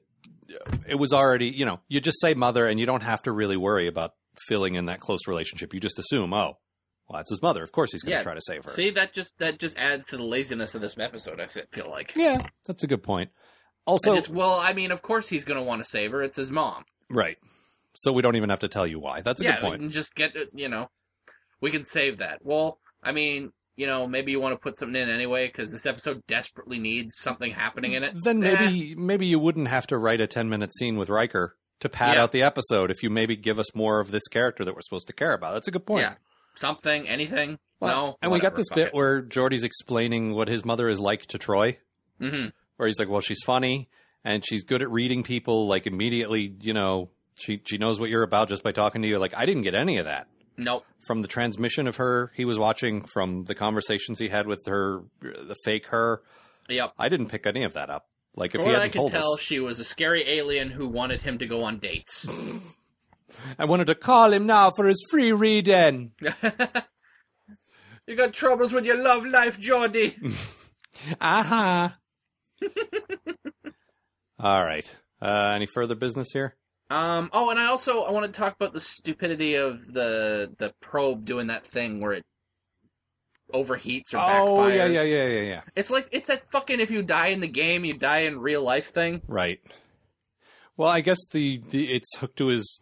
Speaker 2: it was already you know you just say mother and you don't have to really worry about filling in that close relationship. You just assume oh. Well, that's his mother. Of course, he's going to
Speaker 3: Yeah.
Speaker 2: try to save her.
Speaker 3: See, that just that just adds to the laziness of this episode. I fe- feel like.
Speaker 2: Yeah, that's a good point. Also,
Speaker 3: I just, well, I mean, of course he's going to want to save her. It's his mom.
Speaker 2: right. So we don't even have to tell you why. That's a
Speaker 3: yeah,
Speaker 2: good point.
Speaker 3: we can just get it. You know, we can save that. Well, I mean, you know, maybe you want to put something in anyway because this episode desperately needs something happening in it.
Speaker 2: Then
Speaker 3: Nah.
Speaker 2: maybe maybe you wouldn't have to write a ten minute scene with Riker to pad
Speaker 3: Yeah.
Speaker 2: out the episode if you maybe give us more of this character that we're supposed to care about. That's a good point.
Speaker 3: Yeah. Something, anything. no.
Speaker 2: and we got
Speaker 3: whatever,
Speaker 2: this
Speaker 3: fuck
Speaker 2: bit
Speaker 3: it.
Speaker 2: where Jordy's explaining what his mother is like to Troy,
Speaker 3: Mhm.
Speaker 2: where he's like, "Well, she's funny and she's good at reading people. Like immediately, you know, she she knows what you're about just by talking to you." Like I didn't get any of that
Speaker 3: Nope.
Speaker 2: from the transmission of her he was watching, from the conversations he had with her, the fake her.
Speaker 3: Yep.
Speaker 2: I didn't pick any of that up. Like if
Speaker 3: From
Speaker 2: he
Speaker 3: what
Speaker 2: hadn't
Speaker 3: I could
Speaker 2: told
Speaker 3: tell,
Speaker 2: us,
Speaker 3: she was a scary alien who wanted him to go on [laughs] dates.
Speaker 2: I wanted to call him now for his free reading.
Speaker 3: you got troubles with your love life,
Speaker 2: [laughs]
Speaker 3: Jordy.
Speaker 2: Aha. [laughs] All right. Uh, any further business here?
Speaker 3: Um. Oh, and I also I want to talk about the stupidity of the the probe doing that thing where it overheats or
Speaker 2: Oh,
Speaker 3: backfires.
Speaker 2: yeah, yeah, yeah, yeah, yeah.
Speaker 3: It's like it's that fucking if you die in the game, you die in real life thing.
Speaker 2: Right. Well, I guess the, the it's hooked to his,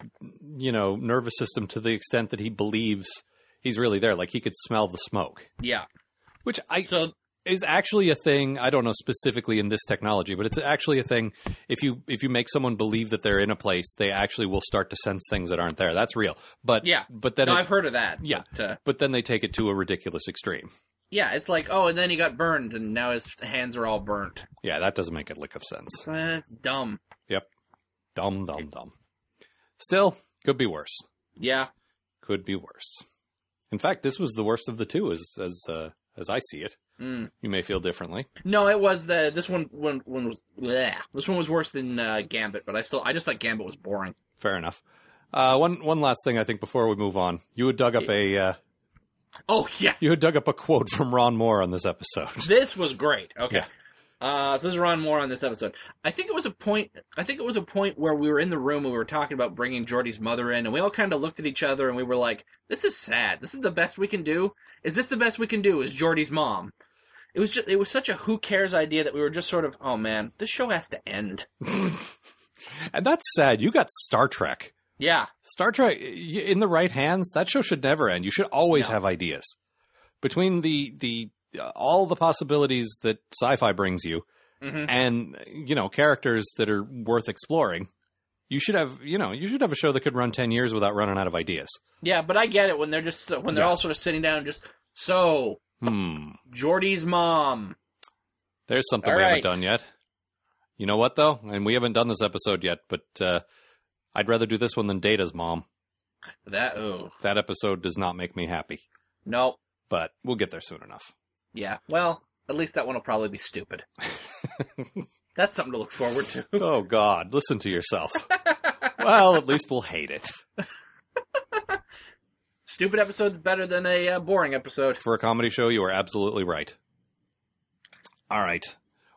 Speaker 2: you know, nervous system to the extent that he believes he's really there. Like he could smell the smoke,
Speaker 3: Yeah.
Speaker 2: which I
Speaker 3: So
Speaker 2: is actually a thing. I don't know specifically in this technology, but it's actually a thing. If you if you make someone believe that they're in a place, they actually will start to sense things that aren't there. That's real. But
Speaker 3: Yeah.
Speaker 2: but then
Speaker 3: no,
Speaker 2: it-
Speaker 3: I've heard of that.
Speaker 2: Yeah.
Speaker 3: But, uh,
Speaker 2: but then they take it to a ridiculous extreme.
Speaker 3: yeah. It's like oh, and then he got burned, and now his hands are all burnt.
Speaker 2: Yeah, that doesn't make a lick of sense.
Speaker 3: That's dumb.
Speaker 2: Dumb, dumb, dumb. Still, could be worse.
Speaker 3: Yeah.
Speaker 2: Could be worse. In fact, this was the worst of the two, as as uh, as I see it.
Speaker 3: Mm.
Speaker 2: You may feel differently.
Speaker 3: No, it was the this one one one was bleh. this one was worse than uh, Gambit, but I still I just thought Gambit was boring.
Speaker 2: Fair enough. Uh, one one last thing, I think, before we move on, you had dug up a uh,
Speaker 3: Oh yeah.
Speaker 2: you had dug up a quote from Ron Moore on this episode. [laughs]
Speaker 3: this was great. Okay.
Speaker 2: Yeah.
Speaker 3: Uh, so this is Ron Moore on this episode. I think it was a point. I think it was a point where we were in the room and we were talking about bringing Jordy's mother in, and we all kind of looked at each other and we were like, "This is sad. This is the best we can do. Is this the best we can do? Is Jordy's mom?" It was just. It was such a who cares idea that we were just sort of, "Oh man, this show has to end."
Speaker 2: and that's sad. You got Star Trek.
Speaker 3: Yeah.
Speaker 2: Star Trek y- in the right hands, that show should never end. You should always
Speaker 3: No.
Speaker 2: have ideas. Between the the uh, all the possibilities that sci-fi brings you
Speaker 3: hmm
Speaker 2: and you know, characters that are worth exploring, you should have, you know, you should have a show that could run 10 years without running out of ideas.
Speaker 3: Yeah, but I get it when they're just when they're
Speaker 2: Yeah.
Speaker 3: all sort of sitting down, and just so
Speaker 2: Hmm.
Speaker 3: Jordy's mom.
Speaker 2: There's something
Speaker 3: All
Speaker 2: we
Speaker 3: right.
Speaker 2: haven't done yet. You know what though? And we haven't done this episode yet, but uh I'd rather do this one than Data's mom.
Speaker 3: That ooh
Speaker 2: That episode does not make me happy,
Speaker 3: no.
Speaker 2: but we'll get there soon enough.
Speaker 3: Yeah. Well, at least that one will probably be stupid. That's something to look forward to.
Speaker 2: Oh God, listen to yourself. well, at least we'll hate it
Speaker 3: Stupid episode's better than a uh, boring episode.
Speaker 2: for a comedy show. You are absolutely right. All right,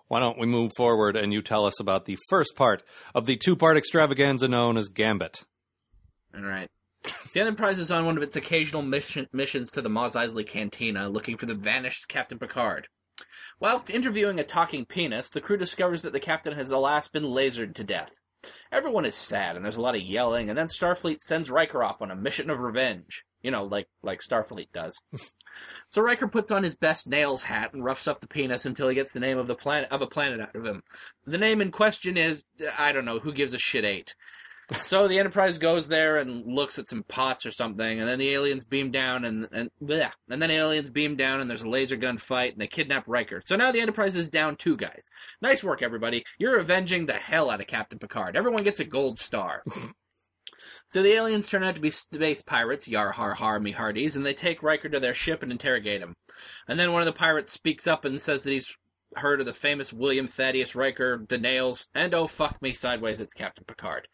Speaker 2: why don't we move forward and you tell us about the first part of the two-part extravaganza known as Gambit?
Speaker 3: All right. The Enterprise is on one of its occasional mission- missions to the Mos Eisley Cantina looking for the vanished Captain Picard. Whilst interviewing a talking penis, the crew discovers that the captain has alas been lasered to death. Everyone is sad, and there's a lot of yelling, and then Starfleet sends Riker off on a mission of revenge. You know, like like Starfleet does. so Riker puts on his best nails hat and roughs up the penis until he gets the name of the planet of a planet out of him. The name in question is I don't know who gives a shit eight. So the Enterprise goes there and looks at some pots or something, and then the aliens beam down and and bleh. and then aliens beam down and there's a laser gun fight and they kidnap Riker. So now the Enterprise is down two guys. Nice work, everybody. You're avenging the hell out of Captain Picard. Everyone gets a gold star. so the aliens turn out to be space pirates, yar har har me hearties, and they take Riker to their ship and interrogate him. And then one of the pirates speaks up and says that he's heard of the famous William Thaddeus Riker, the Nails, and oh fuck me sideways, it's Captain Picard.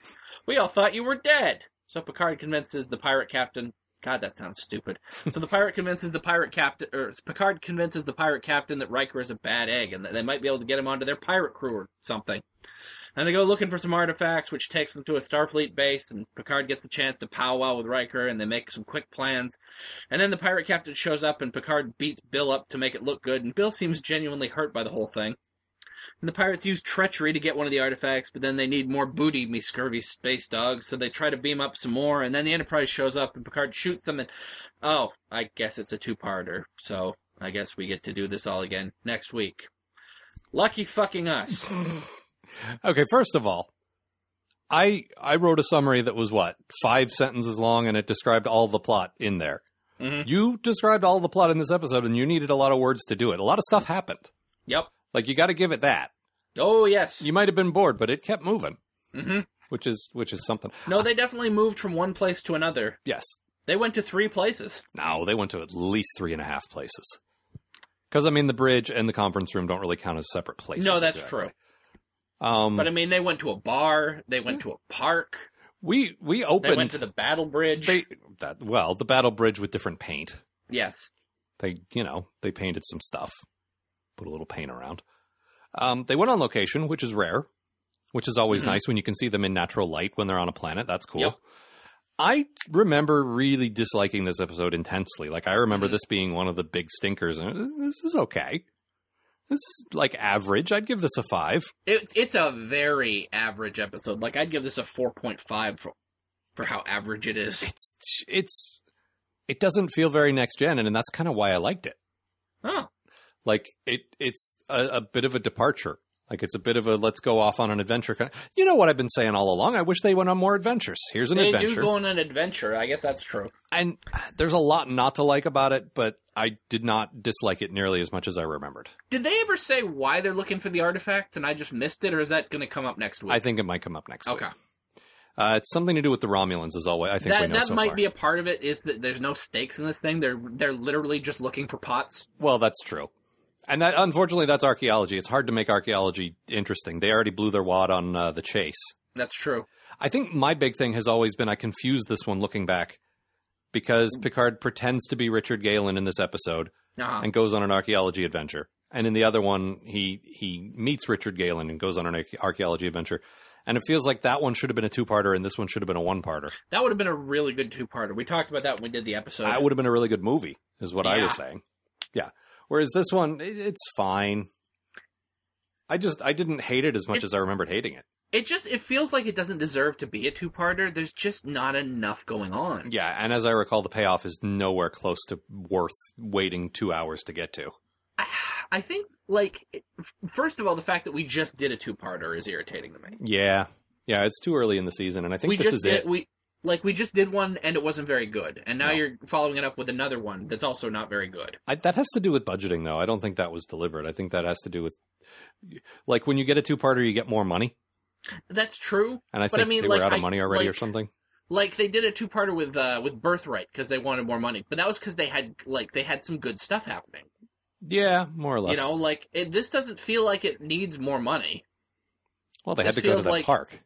Speaker 3: We all thought you were dead. So Picard convinces the pirate captain. God, that sounds stupid. So the pirate convinces the pirate captain, or Picard convinces the pirate captain that Riker is a bad egg and that they might be able to get him onto their pirate crew or something. And they go looking for some artifacts, which takes them to a Starfleet base, and Picard gets the chance to powwow with Riker, and they make some quick plans. And then the pirate captain shows up, and Picard beats Bill up to make it look good, and Bill seems genuinely hurt by the whole thing. And the pirates use treachery to get one of the artifacts, but then they need more booty, me scurvy space dogs, so they try to beam up some more, and then the Enterprise shows up, and Picard shoots them, and oh, I guess it's a two parter, so I guess we get to do this all again next week. Lucky fucking
Speaker 2: [laughs]
Speaker 3: us.
Speaker 2: Okay, first of all, I I wrote a summary that was what five sentences long, and it described all the plot in there.
Speaker 3: Mhm.
Speaker 2: You described all the plot in this episode, and you needed a lot of words to do it. A lot of stuff happened.
Speaker 3: Yep.
Speaker 2: Like you got to give it that.
Speaker 3: Oh, yes.
Speaker 2: You might have been bored, but it kept moving,
Speaker 3: hmm
Speaker 2: which is which is something.
Speaker 3: No, they definitely moved from one place to another.
Speaker 2: Yes.
Speaker 3: They went to three places.
Speaker 2: No, they went to at least three and a half places. Because I mean, the bridge and the conference room don't really count as separate places.
Speaker 3: no, that's
Speaker 2: exactly.
Speaker 3: true.
Speaker 2: Um,
Speaker 3: But I mean, they went to a bar, they went to a park,
Speaker 2: we we
Speaker 3: they
Speaker 2: opened
Speaker 3: went to the battle bridge.
Speaker 2: they that well the battle bridge with different paint.
Speaker 3: yes.
Speaker 2: they you know they painted some stuff put a little paint around um, they went on location which is rare which is always
Speaker 3: Mhm.
Speaker 2: nice when you can see them in natural light when they're on a planet that's cool
Speaker 3: Yep.
Speaker 2: i remember really disliking this episode intensely like i remember
Speaker 3: Mhm.
Speaker 2: this being one of the big stinkers and uh, this is okay this is like average i'd give this a five
Speaker 3: It's it's a very average episode. Like I'd give this a four point five for for how average it is.
Speaker 2: it's it's it doesn't feel very next gen and that's kind of why i liked it
Speaker 3: Oh,
Speaker 2: like it it's a, a bit of a departure like it's a bit of a let's go off on an adventure kind of, you know what i've been saying all along i wish they went on more adventures here's an
Speaker 3: they
Speaker 2: adventure
Speaker 3: do go on an adventure. I guess that's true.
Speaker 2: and there's a lot not to like about it but i did not dislike it nearly as much as i remembered
Speaker 3: Did they ever say why they're looking for the artifact and I just missed it, or is that going to come up next week?
Speaker 2: i think it might come up next
Speaker 3: okay.
Speaker 2: week. uh, it's something to do with the romulans as always i think we
Speaker 3: That
Speaker 2: know
Speaker 3: that
Speaker 2: so
Speaker 3: might
Speaker 2: far.
Speaker 3: be a part of it. Is that there's no stakes in this thing? They're they're literally just looking for pots.
Speaker 2: well that's true and that unfortunately that's archaeology it's hard to make archaeology interesting they already blew their wad on uh, the chase
Speaker 3: That's true.
Speaker 2: I think my big thing has always been I confused this one looking back because Picard pretends to be Richard Galen in this episode
Speaker 3: Uh-huh.
Speaker 2: and goes on an archaeology adventure. And in the other one, he he meets Richard Galen and goes on an archae- archaeology adventure. And it feels like that one should have been a two-parter and this one should have been a one-parter.
Speaker 3: That would have been a really good two parter. We talked about that when we did the episode.
Speaker 2: That would have been a really good movie, is what I was
Speaker 3: Yeah.
Speaker 2: saying. Yeah. Whereas this one, it, it's fine. I just I didn't hate it as much
Speaker 3: It-
Speaker 2: as I remembered hating it.
Speaker 3: It just it feels like it doesn't deserve to be a two parter. There's just not enough going on.
Speaker 2: Yeah, and as I recall, the payoff is nowhere close to worth waiting two hours to get to.
Speaker 3: I, I think like f- first of all, the fact that we just did a two parter is irritating to me.
Speaker 2: Yeah, yeah, it's too early in the season, and I think
Speaker 3: we
Speaker 2: this
Speaker 3: just
Speaker 2: is
Speaker 3: did
Speaker 2: it.
Speaker 3: we like we just did one and it wasn't very good, and now
Speaker 2: No.
Speaker 3: you're following it up with another one that's also not very good.
Speaker 2: I, that has to do with budgeting, though. I don't think that was deliberate. I think that has to do with like when you get a two-parter, you get more money,
Speaker 3: That's true.
Speaker 2: and I
Speaker 3: But I
Speaker 2: think
Speaker 3: mean,
Speaker 2: they
Speaker 3: like,
Speaker 2: were out of
Speaker 3: I-
Speaker 2: money already or
Speaker 3: like-
Speaker 2: something.
Speaker 3: Like they did a two parter with uh with Birthright because they wanted more money, but that was because they had like they had some good stuff happening.
Speaker 2: Yeah, more or
Speaker 3: You
Speaker 2: less.
Speaker 3: know, like it, this doesn't feel like it needs more money.
Speaker 2: well, they had
Speaker 3: this
Speaker 2: to go to
Speaker 3: feels
Speaker 2: that
Speaker 3: like-
Speaker 2: park.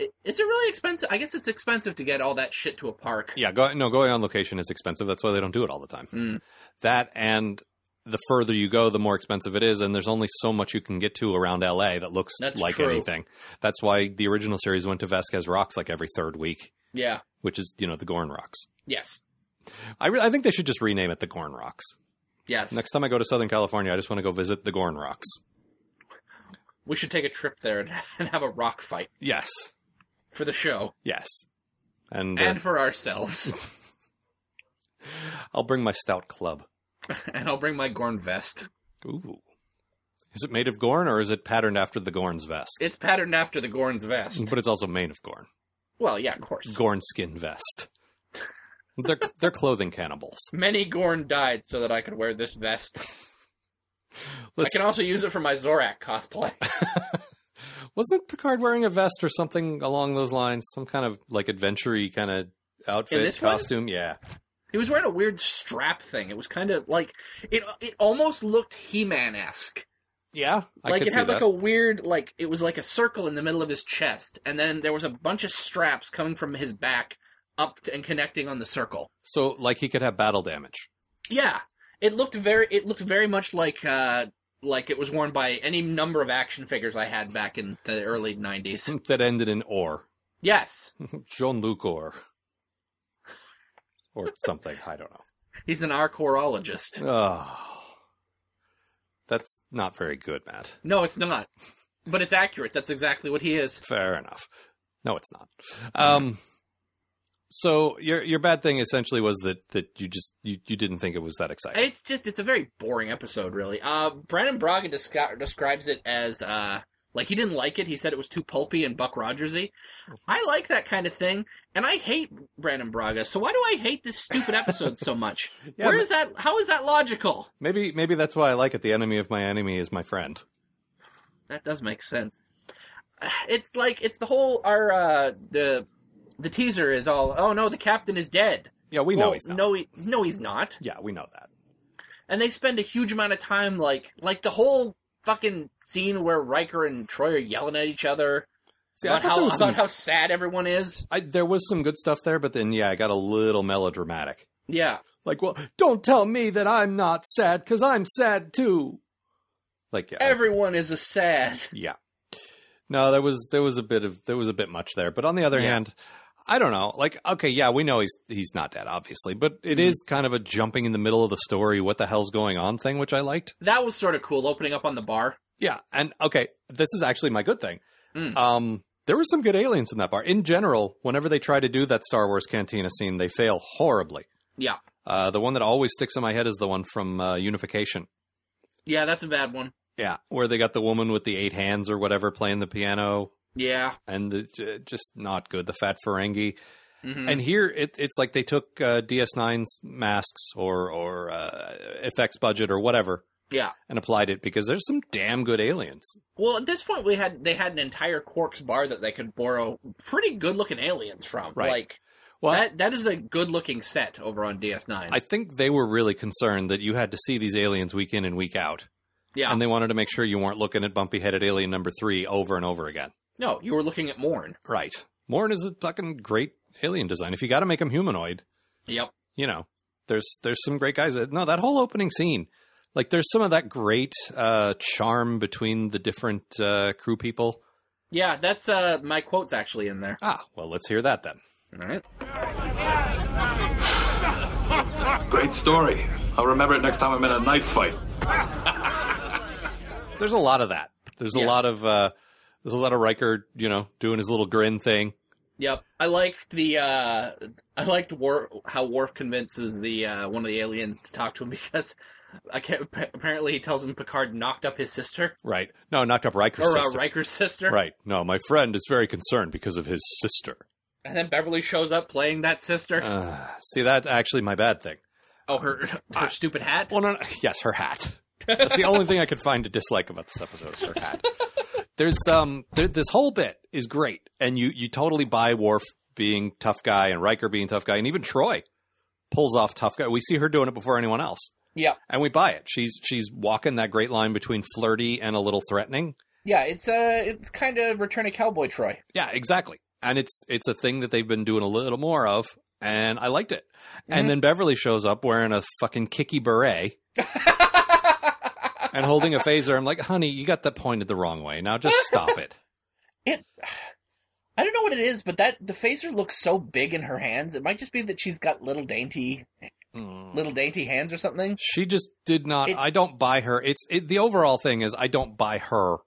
Speaker 3: I- Is it really expensive? I guess it's expensive to get all that shit to a park.
Speaker 2: Yeah, go, no, going on location is expensive. That's why they don't do it all the time.
Speaker 3: Mm.
Speaker 2: That and the further you go, the more expensive it is, and there's only so much you can get to around LA that looks
Speaker 3: That's
Speaker 2: like
Speaker 3: true.
Speaker 2: anything. That's why the original series went to Vasquez Rocks like every third week,
Speaker 3: Yeah.
Speaker 2: which is you know the Gorn Rocks.
Speaker 3: Yes.
Speaker 2: I, re- I think they should just rename it the Gorn Rocks.
Speaker 3: Yes.
Speaker 2: Next time I go to Southern California, I just want to go visit the Gorn Rocks.
Speaker 3: We should take a trip there and, and [laughs] have a rock fight
Speaker 2: Yes.
Speaker 3: for the show
Speaker 2: Yes. And,
Speaker 3: and
Speaker 2: uh,
Speaker 3: for ourselves. [laughs]
Speaker 2: I'll bring my stout club.
Speaker 3: and I'll bring my Gorn vest.
Speaker 2: Ooh. Is it made of Gorn or is it patterned after the Gorn's vest?
Speaker 3: It's patterned after the Gorn's vest.
Speaker 2: but it's also made of Gorn.
Speaker 3: Well, yeah, of course.
Speaker 2: Gorn skin vest. they're, they're clothing cannibals.
Speaker 3: Many Gorn died so that I could wear this
Speaker 2: [laughs]
Speaker 3: vest. I
Speaker 2: Listen,
Speaker 3: can also use it for my Zorak
Speaker 2: [laughs]
Speaker 3: cosplay.
Speaker 2: wasn't Picard wearing a vest or something along those lines? Some kind of like adventure kind of outfit,
Speaker 3: this one?
Speaker 2: costume? Yeah.
Speaker 3: He was wearing a weird strap thing. It was kind of like it. It almost looked He-Man esque.
Speaker 2: Yeah. I
Speaker 3: Like
Speaker 2: could
Speaker 3: it
Speaker 2: see
Speaker 3: had like
Speaker 2: that.
Speaker 3: a weird like it was like a circle in the middle of his chest, and then there was a bunch of straps coming from his back up to, and connecting on the circle.
Speaker 2: So, like, he could have battle damage.
Speaker 3: Yeah, it looked very. It looked very much like uh like it was worn by any number of action figures I had back in the early nineties.
Speaker 2: [laughs] that ended in or.
Speaker 3: yes,
Speaker 2: Jean Luc or. Or something. I don't know.
Speaker 3: he's an arcorologist.
Speaker 2: Oh, that's not very good, Matt.
Speaker 3: No, it's not. But it's accurate. That's exactly what he is.
Speaker 2: Fair enough. No, it's not. Um, so your your bad thing essentially was that that you just you, you didn't think it was that exciting.
Speaker 3: It's just it's a very boring episode, really. Uh, Brandon Braga desca- describes it as uh, like he didn't like it. He said it was too pulpy and Buck Rogersy. I like that kind of thing, and I hate Brandon Braga. So why do I hate this stupid episode so much?
Speaker 2: [laughs] Yeah,
Speaker 3: Where
Speaker 2: but-
Speaker 3: is that? How is that logical?
Speaker 2: Maybe maybe that's why I like it. The enemy of my enemy is my friend.
Speaker 3: That does make sense. It's like it's the whole our uh, the the teaser is all. Oh no, the captain is dead.
Speaker 2: Yeah, we know
Speaker 3: Well,
Speaker 2: he's not.
Speaker 3: No, he, no, he's not.
Speaker 2: Yeah, we know that.
Speaker 3: and they spend a huge amount of time like like the whole fucking scene where Riker and Troy are yelling at each other
Speaker 2: See, I
Speaker 3: about
Speaker 2: thought
Speaker 3: how
Speaker 2: there,
Speaker 3: about
Speaker 2: was some,
Speaker 3: how sad everyone is.
Speaker 2: I, there was some good stuff there, but then yeah, I got a little melodramatic.
Speaker 3: Yeah,
Speaker 2: Like, well, don't tell me that I'm not sad because I'm sad too. Like, yeah,
Speaker 3: everyone is a sad. [laughs]
Speaker 2: Yeah. No, there was there was a bit of there was a bit much there, but on the other
Speaker 3: Yeah.
Speaker 2: hand, I don't know. Like, okay, yeah, we know he's he's not dead, obviously, but it
Speaker 3: Mm-hmm.
Speaker 2: is kind of a jumping in the middle of the story, what the hell's going on thing, which I liked.
Speaker 3: That was sort of cool opening up on the bar.
Speaker 2: Yeah, and okay, this is actually my good thing.
Speaker 3: Mm.
Speaker 2: Um, there were some good aliens in that bar. In general, whenever they try to do that Star Wars cantina scene, they fail horribly.
Speaker 3: Yeah.
Speaker 2: Uh, the one that always sticks in my head is the one from uh, Unification.
Speaker 3: Yeah, that's a bad one.
Speaker 2: Yeah, where they got the woman with the eight hands or whatever playing the piano.
Speaker 3: Yeah.
Speaker 2: and the, j- just not good. The fat Ferengi,
Speaker 3: hmm
Speaker 2: and here it, it's like they took uh, DS9's masks or or uh, effects budget or whatever,
Speaker 3: Yeah.
Speaker 2: and applied it because there's some damn good aliens.
Speaker 3: well, at this point, we had they had an entire Quarks bar that they could borrow pretty good looking aliens from.
Speaker 2: Right.
Speaker 3: Like
Speaker 2: Well,
Speaker 3: that that is a good looking set over on DS9.
Speaker 2: I think they were really concerned that you had to see these aliens week in and week out,
Speaker 3: yeah.
Speaker 2: and they wanted to make sure you weren't looking at bumpy headed alien number three over and over again.
Speaker 3: no, you were looking at Morn.
Speaker 2: Right? Morn is a fucking great alien design. If you got to make them humanoid,
Speaker 3: Yep.
Speaker 2: you know, there's there's some great guys. No, that whole opening scene, like there's some of that great uh, charm between the different uh, crew people.
Speaker 3: Yeah, that's uh my quote's actually in there.
Speaker 2: Ah, well, let's hear that then.
Speaker 3: All right.
Speaker 4: Great story. I'll remember it next time I'm in a knife fight.
Speaker 2: There's a lot of that. There's a
Speaker 3: Yes.
Speaker 2: lot of uh, there's a lot of Riker, you know, doing his little grin thing.
Speaker 3: Yep. I liked the uh I liked War how Worf convinces the uh one of the aliens to talk to him [laughs] because I can't, pa- apparently he tells him Picard knocked up his sister
Speaker 2: Right? No, knocked up Riker's
Speaker 3: or uh,
Speaker 2: sister.
Speaker 3: Riker's sister.
Speaker 2: Right. No, my friend is very concerned because of his sister.
Speaker 3: And then Beverly shows up playing that sister.
Speaker 2: Uh, see, that's actually my bad thing.
Speaker 3: oh, her her
Speaker 2: I-
Speaker 3: stupid hat.
Speaker 2: Well, no, no, yes, her hat. That's the only thing I could find to dislike about this episode is her hat. There's um, there, this whole bit is great, and you you totally buy Worf being tough guy and Riker being tough guy, and even Troy pulls off tough guy. We see her doing it before anyone else,
Speaker 3: yeah.
Speaker 2: and we buy it. She's she's walking that great line between flirty and a little threatening.
Speaker 3: Yeah, it's uh it's kind of Return of Cowboy Troy. [laughs]
Speaker 2: Yeah, exactly. And it's it's a thing that they've been doing a little more of, and I liked it.
Speaker 3: Mhm.
Speaker 2: And then Beverly shows up wearing a fucking kicky beret. and holding a phaser. I'm like, honey, you got that pointed the wrong way. Now just stop it.
Speaker 3: it I don't know what it is, but that the phaser looks so big in her hands. It might just be that she's got little dainty
Speaker 2: Mm.
Speaker 3: Little dainty hands or something.
Speaker 2: She just did not.
Speaker 3: It-
Speaker 2: I don't buy her. It's it, the overall thing is I don't buy her.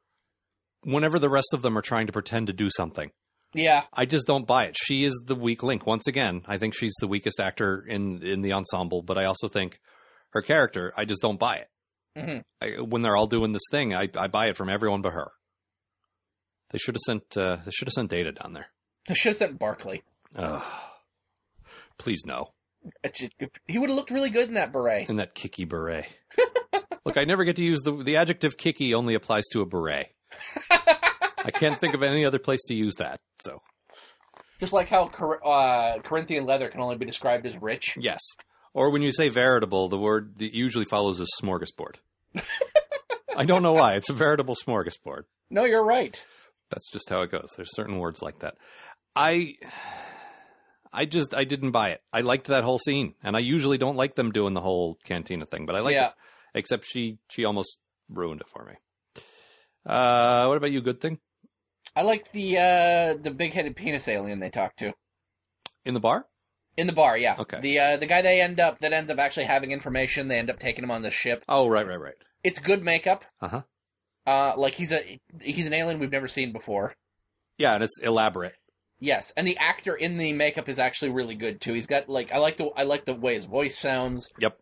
Speaker 2: Whenever the rest of them are trying to pretend to do something,
Speaker 3: Yeah.
Speaker 2: I just don't buy it. She is the weak link once again. I think she's the weakest actor in in the ensemble, but I also think her character. I just don't buy it.
Speaker 3: Mhm.
Speaker 2: I, when they're all doing this thing, I, I buy it from everyone but her. They should have sent. Uh, they should have sent data down there.
Speaker 3: I should have sent Barkley.
Speaker 2: Ugh. Please no.
Speaker 3: It should- He would have looked really good in that beret.
Speaker 2: And that kicky beret. [laughs] Look, I never get to use the the adjective kicky only applies to a beret. I can't think of any other place to use that. So
Speaker 3: Just like how Cor- uh, Corinthian leather can only be described as rich.
Speaker 2: yes. Or when you say veritable, the word that usually follows is smorgasbord. I don't know why. It's a veritable smorgasbord.
Speaker 3: No, you're right.
Speaker 2: That's just how it goes. There's certain words like that. I I just I didn't buy it. I liked that whole scene, and I usually don't like them doing the whole cantina thing, but I liked
Speaker 3: yeah.
Speaker 2: it. Except she she almost ruined it for me. Uh, what about you? Good thing
Speaker 3: I like the uh, the big headed penis alien they talked to
Speaker 2: in the bar.
Speaker 3: in the bar. Yeah.
Speaker 2: Okay.
Speaker 3: The uh, the guy they end up that ends up actually having information. They end up taking him on the ship.
Speaker 2: Oh right right right.
Speaker 3: It's good makeup.
Speaker 2: Uh-huh.
Speaker 3: Uh, like he's a he's an alien we've never seen before.
Speaker 2: Yeah, and it's elaborate.
Speaker 3: Yes, and the actor in the makeup is actually really good too. He's got like I like the I like the way his voice sounds.
Speaker 2: Yep.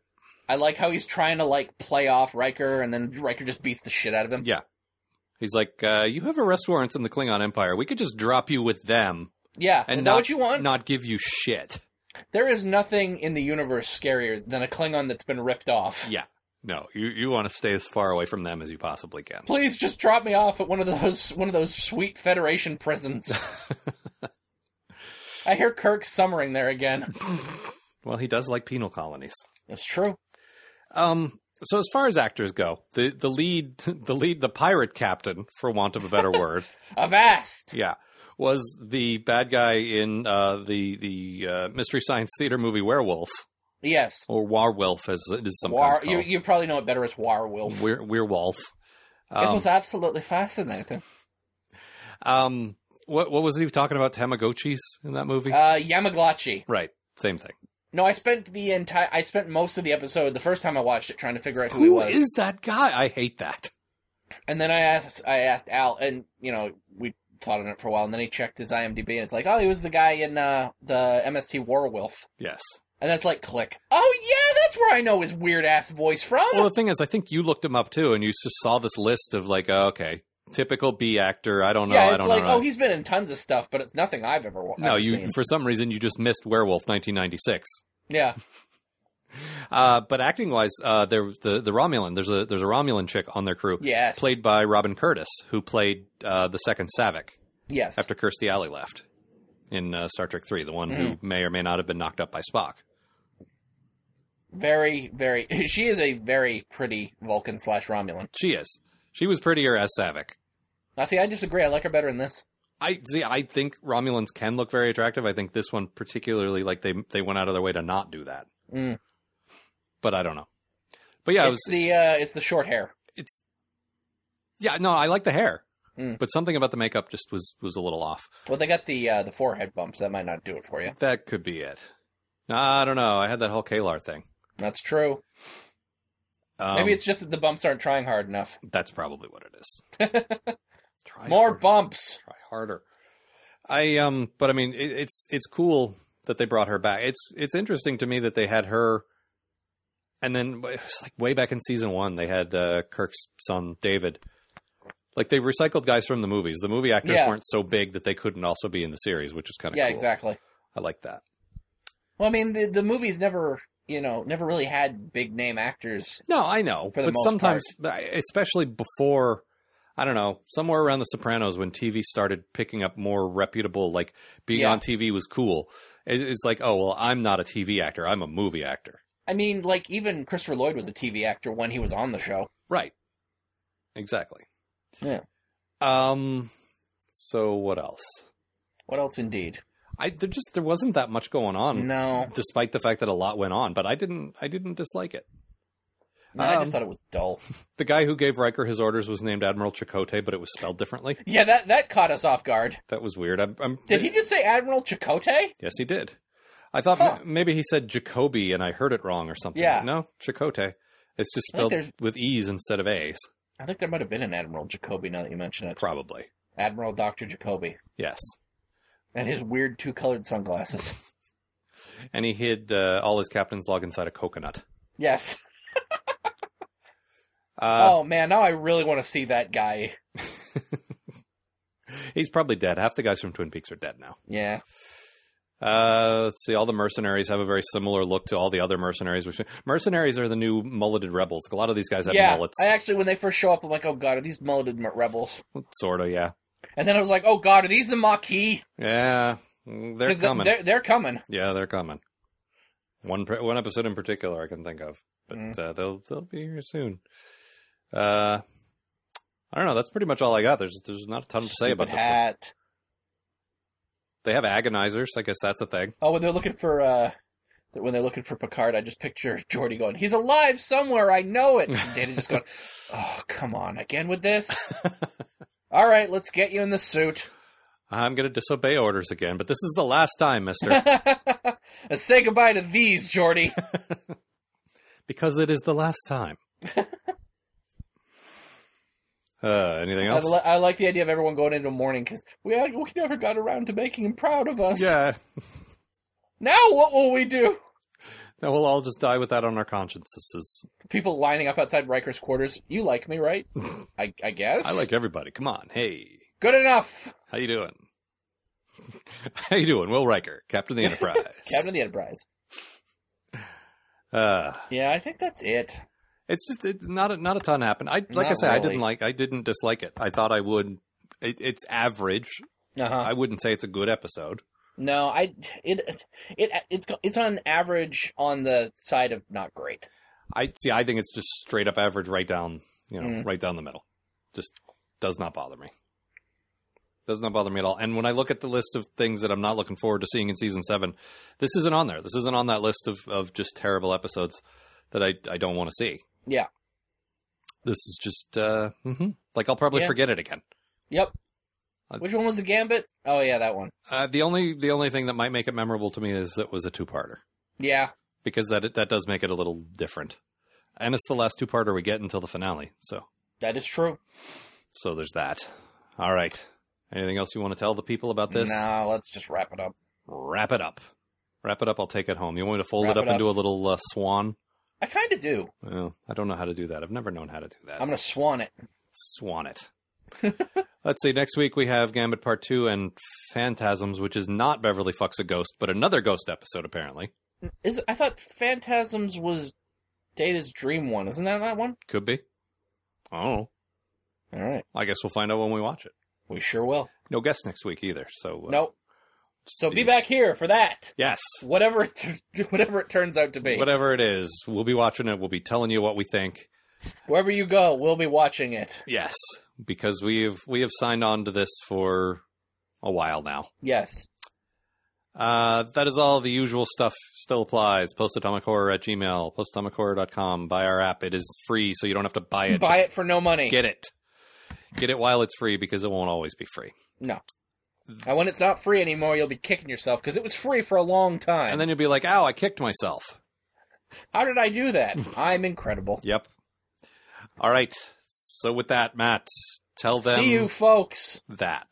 Speaker 3: I like how he's trying to like play off Riker, and then Riker just beats the shit out of him.
Speaker 2: Yeah. He's like, uh, you have arrest warrants in the Klingon Empire. We could just drop you with them
Speaker 3: Yeah,
Speaker 2: And
Speaker 3: is
Speaker 2: not-
Speaker 3: that what you want?
Speaker 2: not give you shit.
Speaker 3: There is nothing in the universe scarier than a Klingon that's been ripped off.
Speaker 2: Yeah. No, you you want to stay as far away from them as you possibly [laughs] can.
Speaker 3: Please just drop me off at one of those one of those sweet Federation
Speaker 2: [laughs]
Speaker 3: prisons. I hear Kirk summering there again.
Speaker 2: Well, he does like penal colonies.
Speaker 3: That's true.
Speaker 2: Um, so as far as actors go, the the lead [laughs] the lead the pirate captain, for want of a [laughs] better word,
Speaker 3: Avast.
Speaker 2: yeah, was the bad guy in uh, the the uh, mystery science theater movie Werewolf
Speaker 3: Yes.
Speaker 2: or Warwolf as it is sometimes
Speaker 3: War. You,
Speaker 2: called.
Speaker 3: you probably know it better as War Wolf.
Speaker 2: Wer- Werewolf.
Speaker 3: it
Speaker 2: Um,
Speaker 3: was absolutely fascinating.
Speaker 2: um, what what was he talking about Tamagotchis in that movie?
Speaker 3: Uh, Yamaglachi.
Speaker 2: right, same thing.
Speaker 3: No, I spent the entire. I spent most of the episode the first time I watched it trying to figure out who, he
Speaker 2: Who
Speaker 3: was,
Speaker 2: is that guy? I hate that.
Speaker 3: and then I asked. I asked Al, and you know we thought on it for a while, and then he checked his IMDb, and it's like, oh, he was the guy in uh, the MST Warwolf,
Speaker 2: Yes.
Speaker 3: and that's like, click. Oh yeah, that's where I know his weird ass voice from.
Speaker 2: Well, the thing is, I think you looked him up too, and you just saw this list of like, oh, okay, typical B actor. I don't know.
Speaker 3: yeah,
Speaker 2: I
Speaker 3: it's
Speaker 2: don't
Speaker 3: like,
Speaker 2: know.
Speaker 3: oh, he's been in tons of stuff, but it's nothing I've ever watched.
Speaker 2: no, you
Speaker 3: Seen.
Speaker 2: for some reason you just missed Werewolf 1996.
Speaker 3: Yeah,
Speaker 2: Uh, but acting wise, uh, there was the the Romulan. There's a there's a Romulan chick on their crew.
Speaker 3: yes,
Speaker 2: Played by Robin Curtis, who played uh, the second Savick
Speaker 3: yes.
Speaker 2: after Kirstie Alley left in uh, Star Trek Three, the one
Speaker 3: Mm-hmm.
Speaker 2: who may or may not have been knocked up by Spock.
Speaker 3: Very, very. [laughs] She is a very pretty Vulcan slash Romulan.
Speaker 2: She is. She was prettier as Savick.
Speaker 3: Now, see, I disagree. I like her better in this.
Speaker 2: I see. I think Romulans can look very attractive. I think this one particularly, like they they went out of their way to not do that.
Speaker 3: Mm.
Speaker 2: But I don't know. But yeah, it was
Speaker 3: it's the uh, it's the short hair.
Speaker 2: it's yeah. No, I like the hair,
Speaker 3: Mm.
Speaker 2: but something about the makeup just was was a little off.
Speaker 3: Well, they got the uh, the forehead bumps. That might not do it for you.
Speaker 2: That could be it. I don't know. I had that whole Kalar thing.
Speaker 3: That's true.
Speaker 2: Um,
Speaker 3: Maybe it's just that the bumps aren't trying hard enough.
Speaker 2: that's probably what it is.
Speaker 3: [laughs]
Speaker 2: Try
Speaker 3: More
Speaker 2: harder.
Speaker 3: bumps.
Speaker 2: try harder. I um, but I mean, it, it's it's cool that they brought her back. It's it's interesting to me that they had her, and then it was like way back in season one they had uh, Kirk's son David. Like they recycled guys from the movies. The movie actors
Speaker 3: Yeah.
Speaker 2: weren't so big that they couldn't also be in the series, which is kind of
Speaker 3: Yeah,
Speaker 2: cool.
Speaker 3: exactly.
Speaker 2: I like that.
Speaker 3: Well, I mean, the the movies never you know never really had big name actors.
Speaker 2: No, I know,
Speaker 3: For the
Speaker 2: but
Speaker 3: most
Speaker 2: sometimes, especially before, I don't know, somewhere around The Sopranos when TV started picking up more reputable, like being
Speaker 3: Yeah.
Speaker 2: on TV was cool. It- It's like, oh well, I'm not a TV actor; I'm a movie actor,
Speaker 3: I mean, like even Christopher Lloyd was a TV actor when he was on the show.
Speaker 2: right? Exactly.
Speaker 3: Yeah.
Speaker 2: Um. So what else?
Speaker 3: What else, indeed?
Speaker 2: I there just there wasn't that much going on,
Speaker 3: No,
Speaker 2: despite the fact that a lot went on. But I didn't I didn't dislike it.
Speaker 3: I mean, I
Speaker 2: Um,
Speaker 3: just thought it was dull.
Speaker 2: The guy who gave Riker his orders was named Admiral Chakotay, but it was spelled differently.
Speaker 3: Yeah, that that caught us off guard.
Speaker 2: That was weird. I'm, I'm
Speaker 3: Did he just say Admiral Chakotay?
Speaker 2: Yes, he did. I thought
Speaker 3: Huh.
Speaker 2: m- maybe he said Jacoby and I heard it wrong or something.
Speaker 3: Yeah.
Speaker 2: No, Chicote. It's just
Speaker 3: I think
Speaker 2: spelled
Speaker 3: there's-
Speaker 2: with E's instead of A's,
Speaker 3: I think there might have been an Admiral Jacoby now that you mention it.
Speaker 2: probably.
Speaker 3: Admiral Dr. Jacoby
Speaker 2: Yes.
Speaker 3: and his weird two colored
Speaker 2: [laughs]
Speaker 3: sunglasses.
Speaker 2: And he hid uh, all his captain's log inside a coconut.
Speaker 3: Yes.
Speaker 2: Uh,
Speaker 3: oh man, now I really want to see that guy. Oh.
Speaker 2: He's probably dead. Half the guys from Twin Peaks are dead now.
Speaker 3: Yeah.
Speaker 2: Uh, let's see. All the mercenaries have a very similar look to all the other mercenaries. Which mercenaries are the new mulleted rebels. A lot of these guys have
Speaker 3: yeah.
Speaker 2: mullets,
Speaker 3: I actually, when they first show up, I'm like, oh god, are these mulleted m- rebels?
Speaker 2: sort of. Yeah,
Speaker 3: And then I was like, oh god, are these the Maquis?
Speaker 2: yeah, Mm, they're
Speaker 3: 'Cause the-
Speaker 2: coming.
Speaker 3: They're, they're coming.
Speaker 2: yeah, they're coming. One pre- one episode in particular I can think of, but
Speaker 3: Mm.
Speaker 2: uh, they'll they'll be here soon. Uh, I don't know. That's pretty much all I got. There's there's not a ton to say about
Speaker 3: Stupid
Speaker 2: this. One.
Speaker 3: hat.
Speaker 2: They have agonizers. I guess that's a thing.
Speaker 3: Oh, when they're looking for uh, th- when they're looking for Picard, I just picture Jordy going, "He's alive somewhere. I know it." And Data
Speaker 2: [laughs]
Speaker 3: just going, "Oh, come on again with this." All right, let's get you in the suit.
Speaker 2: I'm gonna disobey orders again, but this is the last time, Mister,
Speaker 3: [laughs] let's [laughs] say goodbye to these, Jordy.
Speaker 2: because it is the last
Speaker 3: [laughs]
Speaker 2: time. uh, anything
Speaker 3: I,
Speaker 2: else?
Speaker 3: li- I like the idea of everyone going into mourning because we we never got around to making him proud of us.
Speaker 2: Yeah,
Speaker 3: Now what will we do?
Speaker 2: no, we'll all just die with that on our consciences.
Speaker 3: People lining up outside Riker's quarters. You like me,
Speaker 2: [laughs]
Speaker 3: right? I, I guess.
Speaker 2: I like everybody. Come on, hey,
Speaker 3: Good enough.
Speaker 2: how you doing? [laughs] how you doing, Will Riker, Captain
Speaker 3: [laughs]
Speaker 2: of the Enterprise?
Speaker 3: Captain of the Enterprise.
Speaker 2: Uh,
Speaker 3: Yeah, I think that's it.
Speaker 2: it's just it, not a, not a ton happened. I like I
Speaker 3: Not
Speaker 2: said, I
Speaker 3: really.
Speaker 2: didn't like, I didn't dislike it. I thought I would. It, it's average.
Speaker 3: Uh huh.
Speaker 2: I wouldn't say it's a good episode.
Speaker 3: No, I it it it's it's on average on the side of not great.
Speaker 2: I see. I think it's just straight up average, right down, you know,
Speaker 3: Mm.
Speaker 2: right down the middle. Just does not bother me. Does not bother me at all. And when I look at the list of things that I'm not looking forward to seeing in season seven, this isn't on there. This isn't on that list of, of just terrible episodes that I, I don't want to see.
Speaker 3: Yeah.
Speaker 2: This is just uh, hmm like I'll probably
Speaker 3: Yeah.
Speaker 2: forget it again.
Speaker 3: Yep.
Speaker 2: Uh,
Speaker 3: Which one was the gambit? Oh yeah, that one.
Speaker 2: Uh, the only the only thing that might make it memorable to me is that it was a two parter
Speaker 3: Yeah.
Speaker 2: because that that does make it a little different. And it's the last two parter we get until the finale, so.
Speaker 3: That is true.
Speaker 2: So there's that. All right. Anything else you want to tell the people about this?
Speaker 3: Nah, let's just wrap it up.
Speaker 2: Wrap it up. Wrap it up. I'll take it home. You want me to fold
Speaker 3: Wrap
Speaker 2: it up
Speaker 3: it up.
Speaker 2: into a little uh, swan?
Speaker 3: I kind of do.
Speaker 2: Well, I don't know how to do that. I've never known how to do that.
Speaker 3: I'm gonna swan it. [laughs]
Speaker 2: Swan it. Let's see. Next week we have Gambit Part 2 and Phantasms, which is not Beverly Fucks a Ghost, but another ghost episode, apparently.
Speaker 3: Is I thought phantasms was Data's dream one. Isn't that that one?
Speaker 2: Could be. I don't know.
Speaker 3: All right,
Speaker 2: I guess we'll find out when we watch it.
Speaker 3: we sure will.
Speaker 2: No guest next week either. So uh,
Speaker 3: nope.
Speaker 2: just
Speaker 3: So be back here for that.
Speaker 2: Yes.
Speaker 3: Whatever, it- [laughs] whatever it turns out to be.
Speaker 2: Whatever it is, we'll be watching it. We'll be telling you what we think.
Speaker 3: Wherever you go, we'll be watching it.
Speaker 2: Yes, because we have we have signed on to this for a while now.
Speaker 3: Yes.
Speaker 2: Uh, that is all the usual stuff still applies. Postatomic horror at Gmail, postatomichorror.com. Buy our app. It is free, so you don't have to buy it.
Speaker 3: Buy
Speaker 2: Just
Speaker 3: it for no money.
Speaker 2: Get it. Get it while it's free because it won't always be free.
Speaker 3: And when it's not free anymore, you'll be kicking yourself because it was free for a long time.
Speaker 2: And then you'll be like, ow, I kicked myself.
Speaker 3: how did I do
Speaker 2: [laughs]
Speaker 3: that? I'm incredible.
Speaker 2: Yep. All right. So with that, Matt, tell them
Speaker 3: See you, folks.
Speaker 2: that.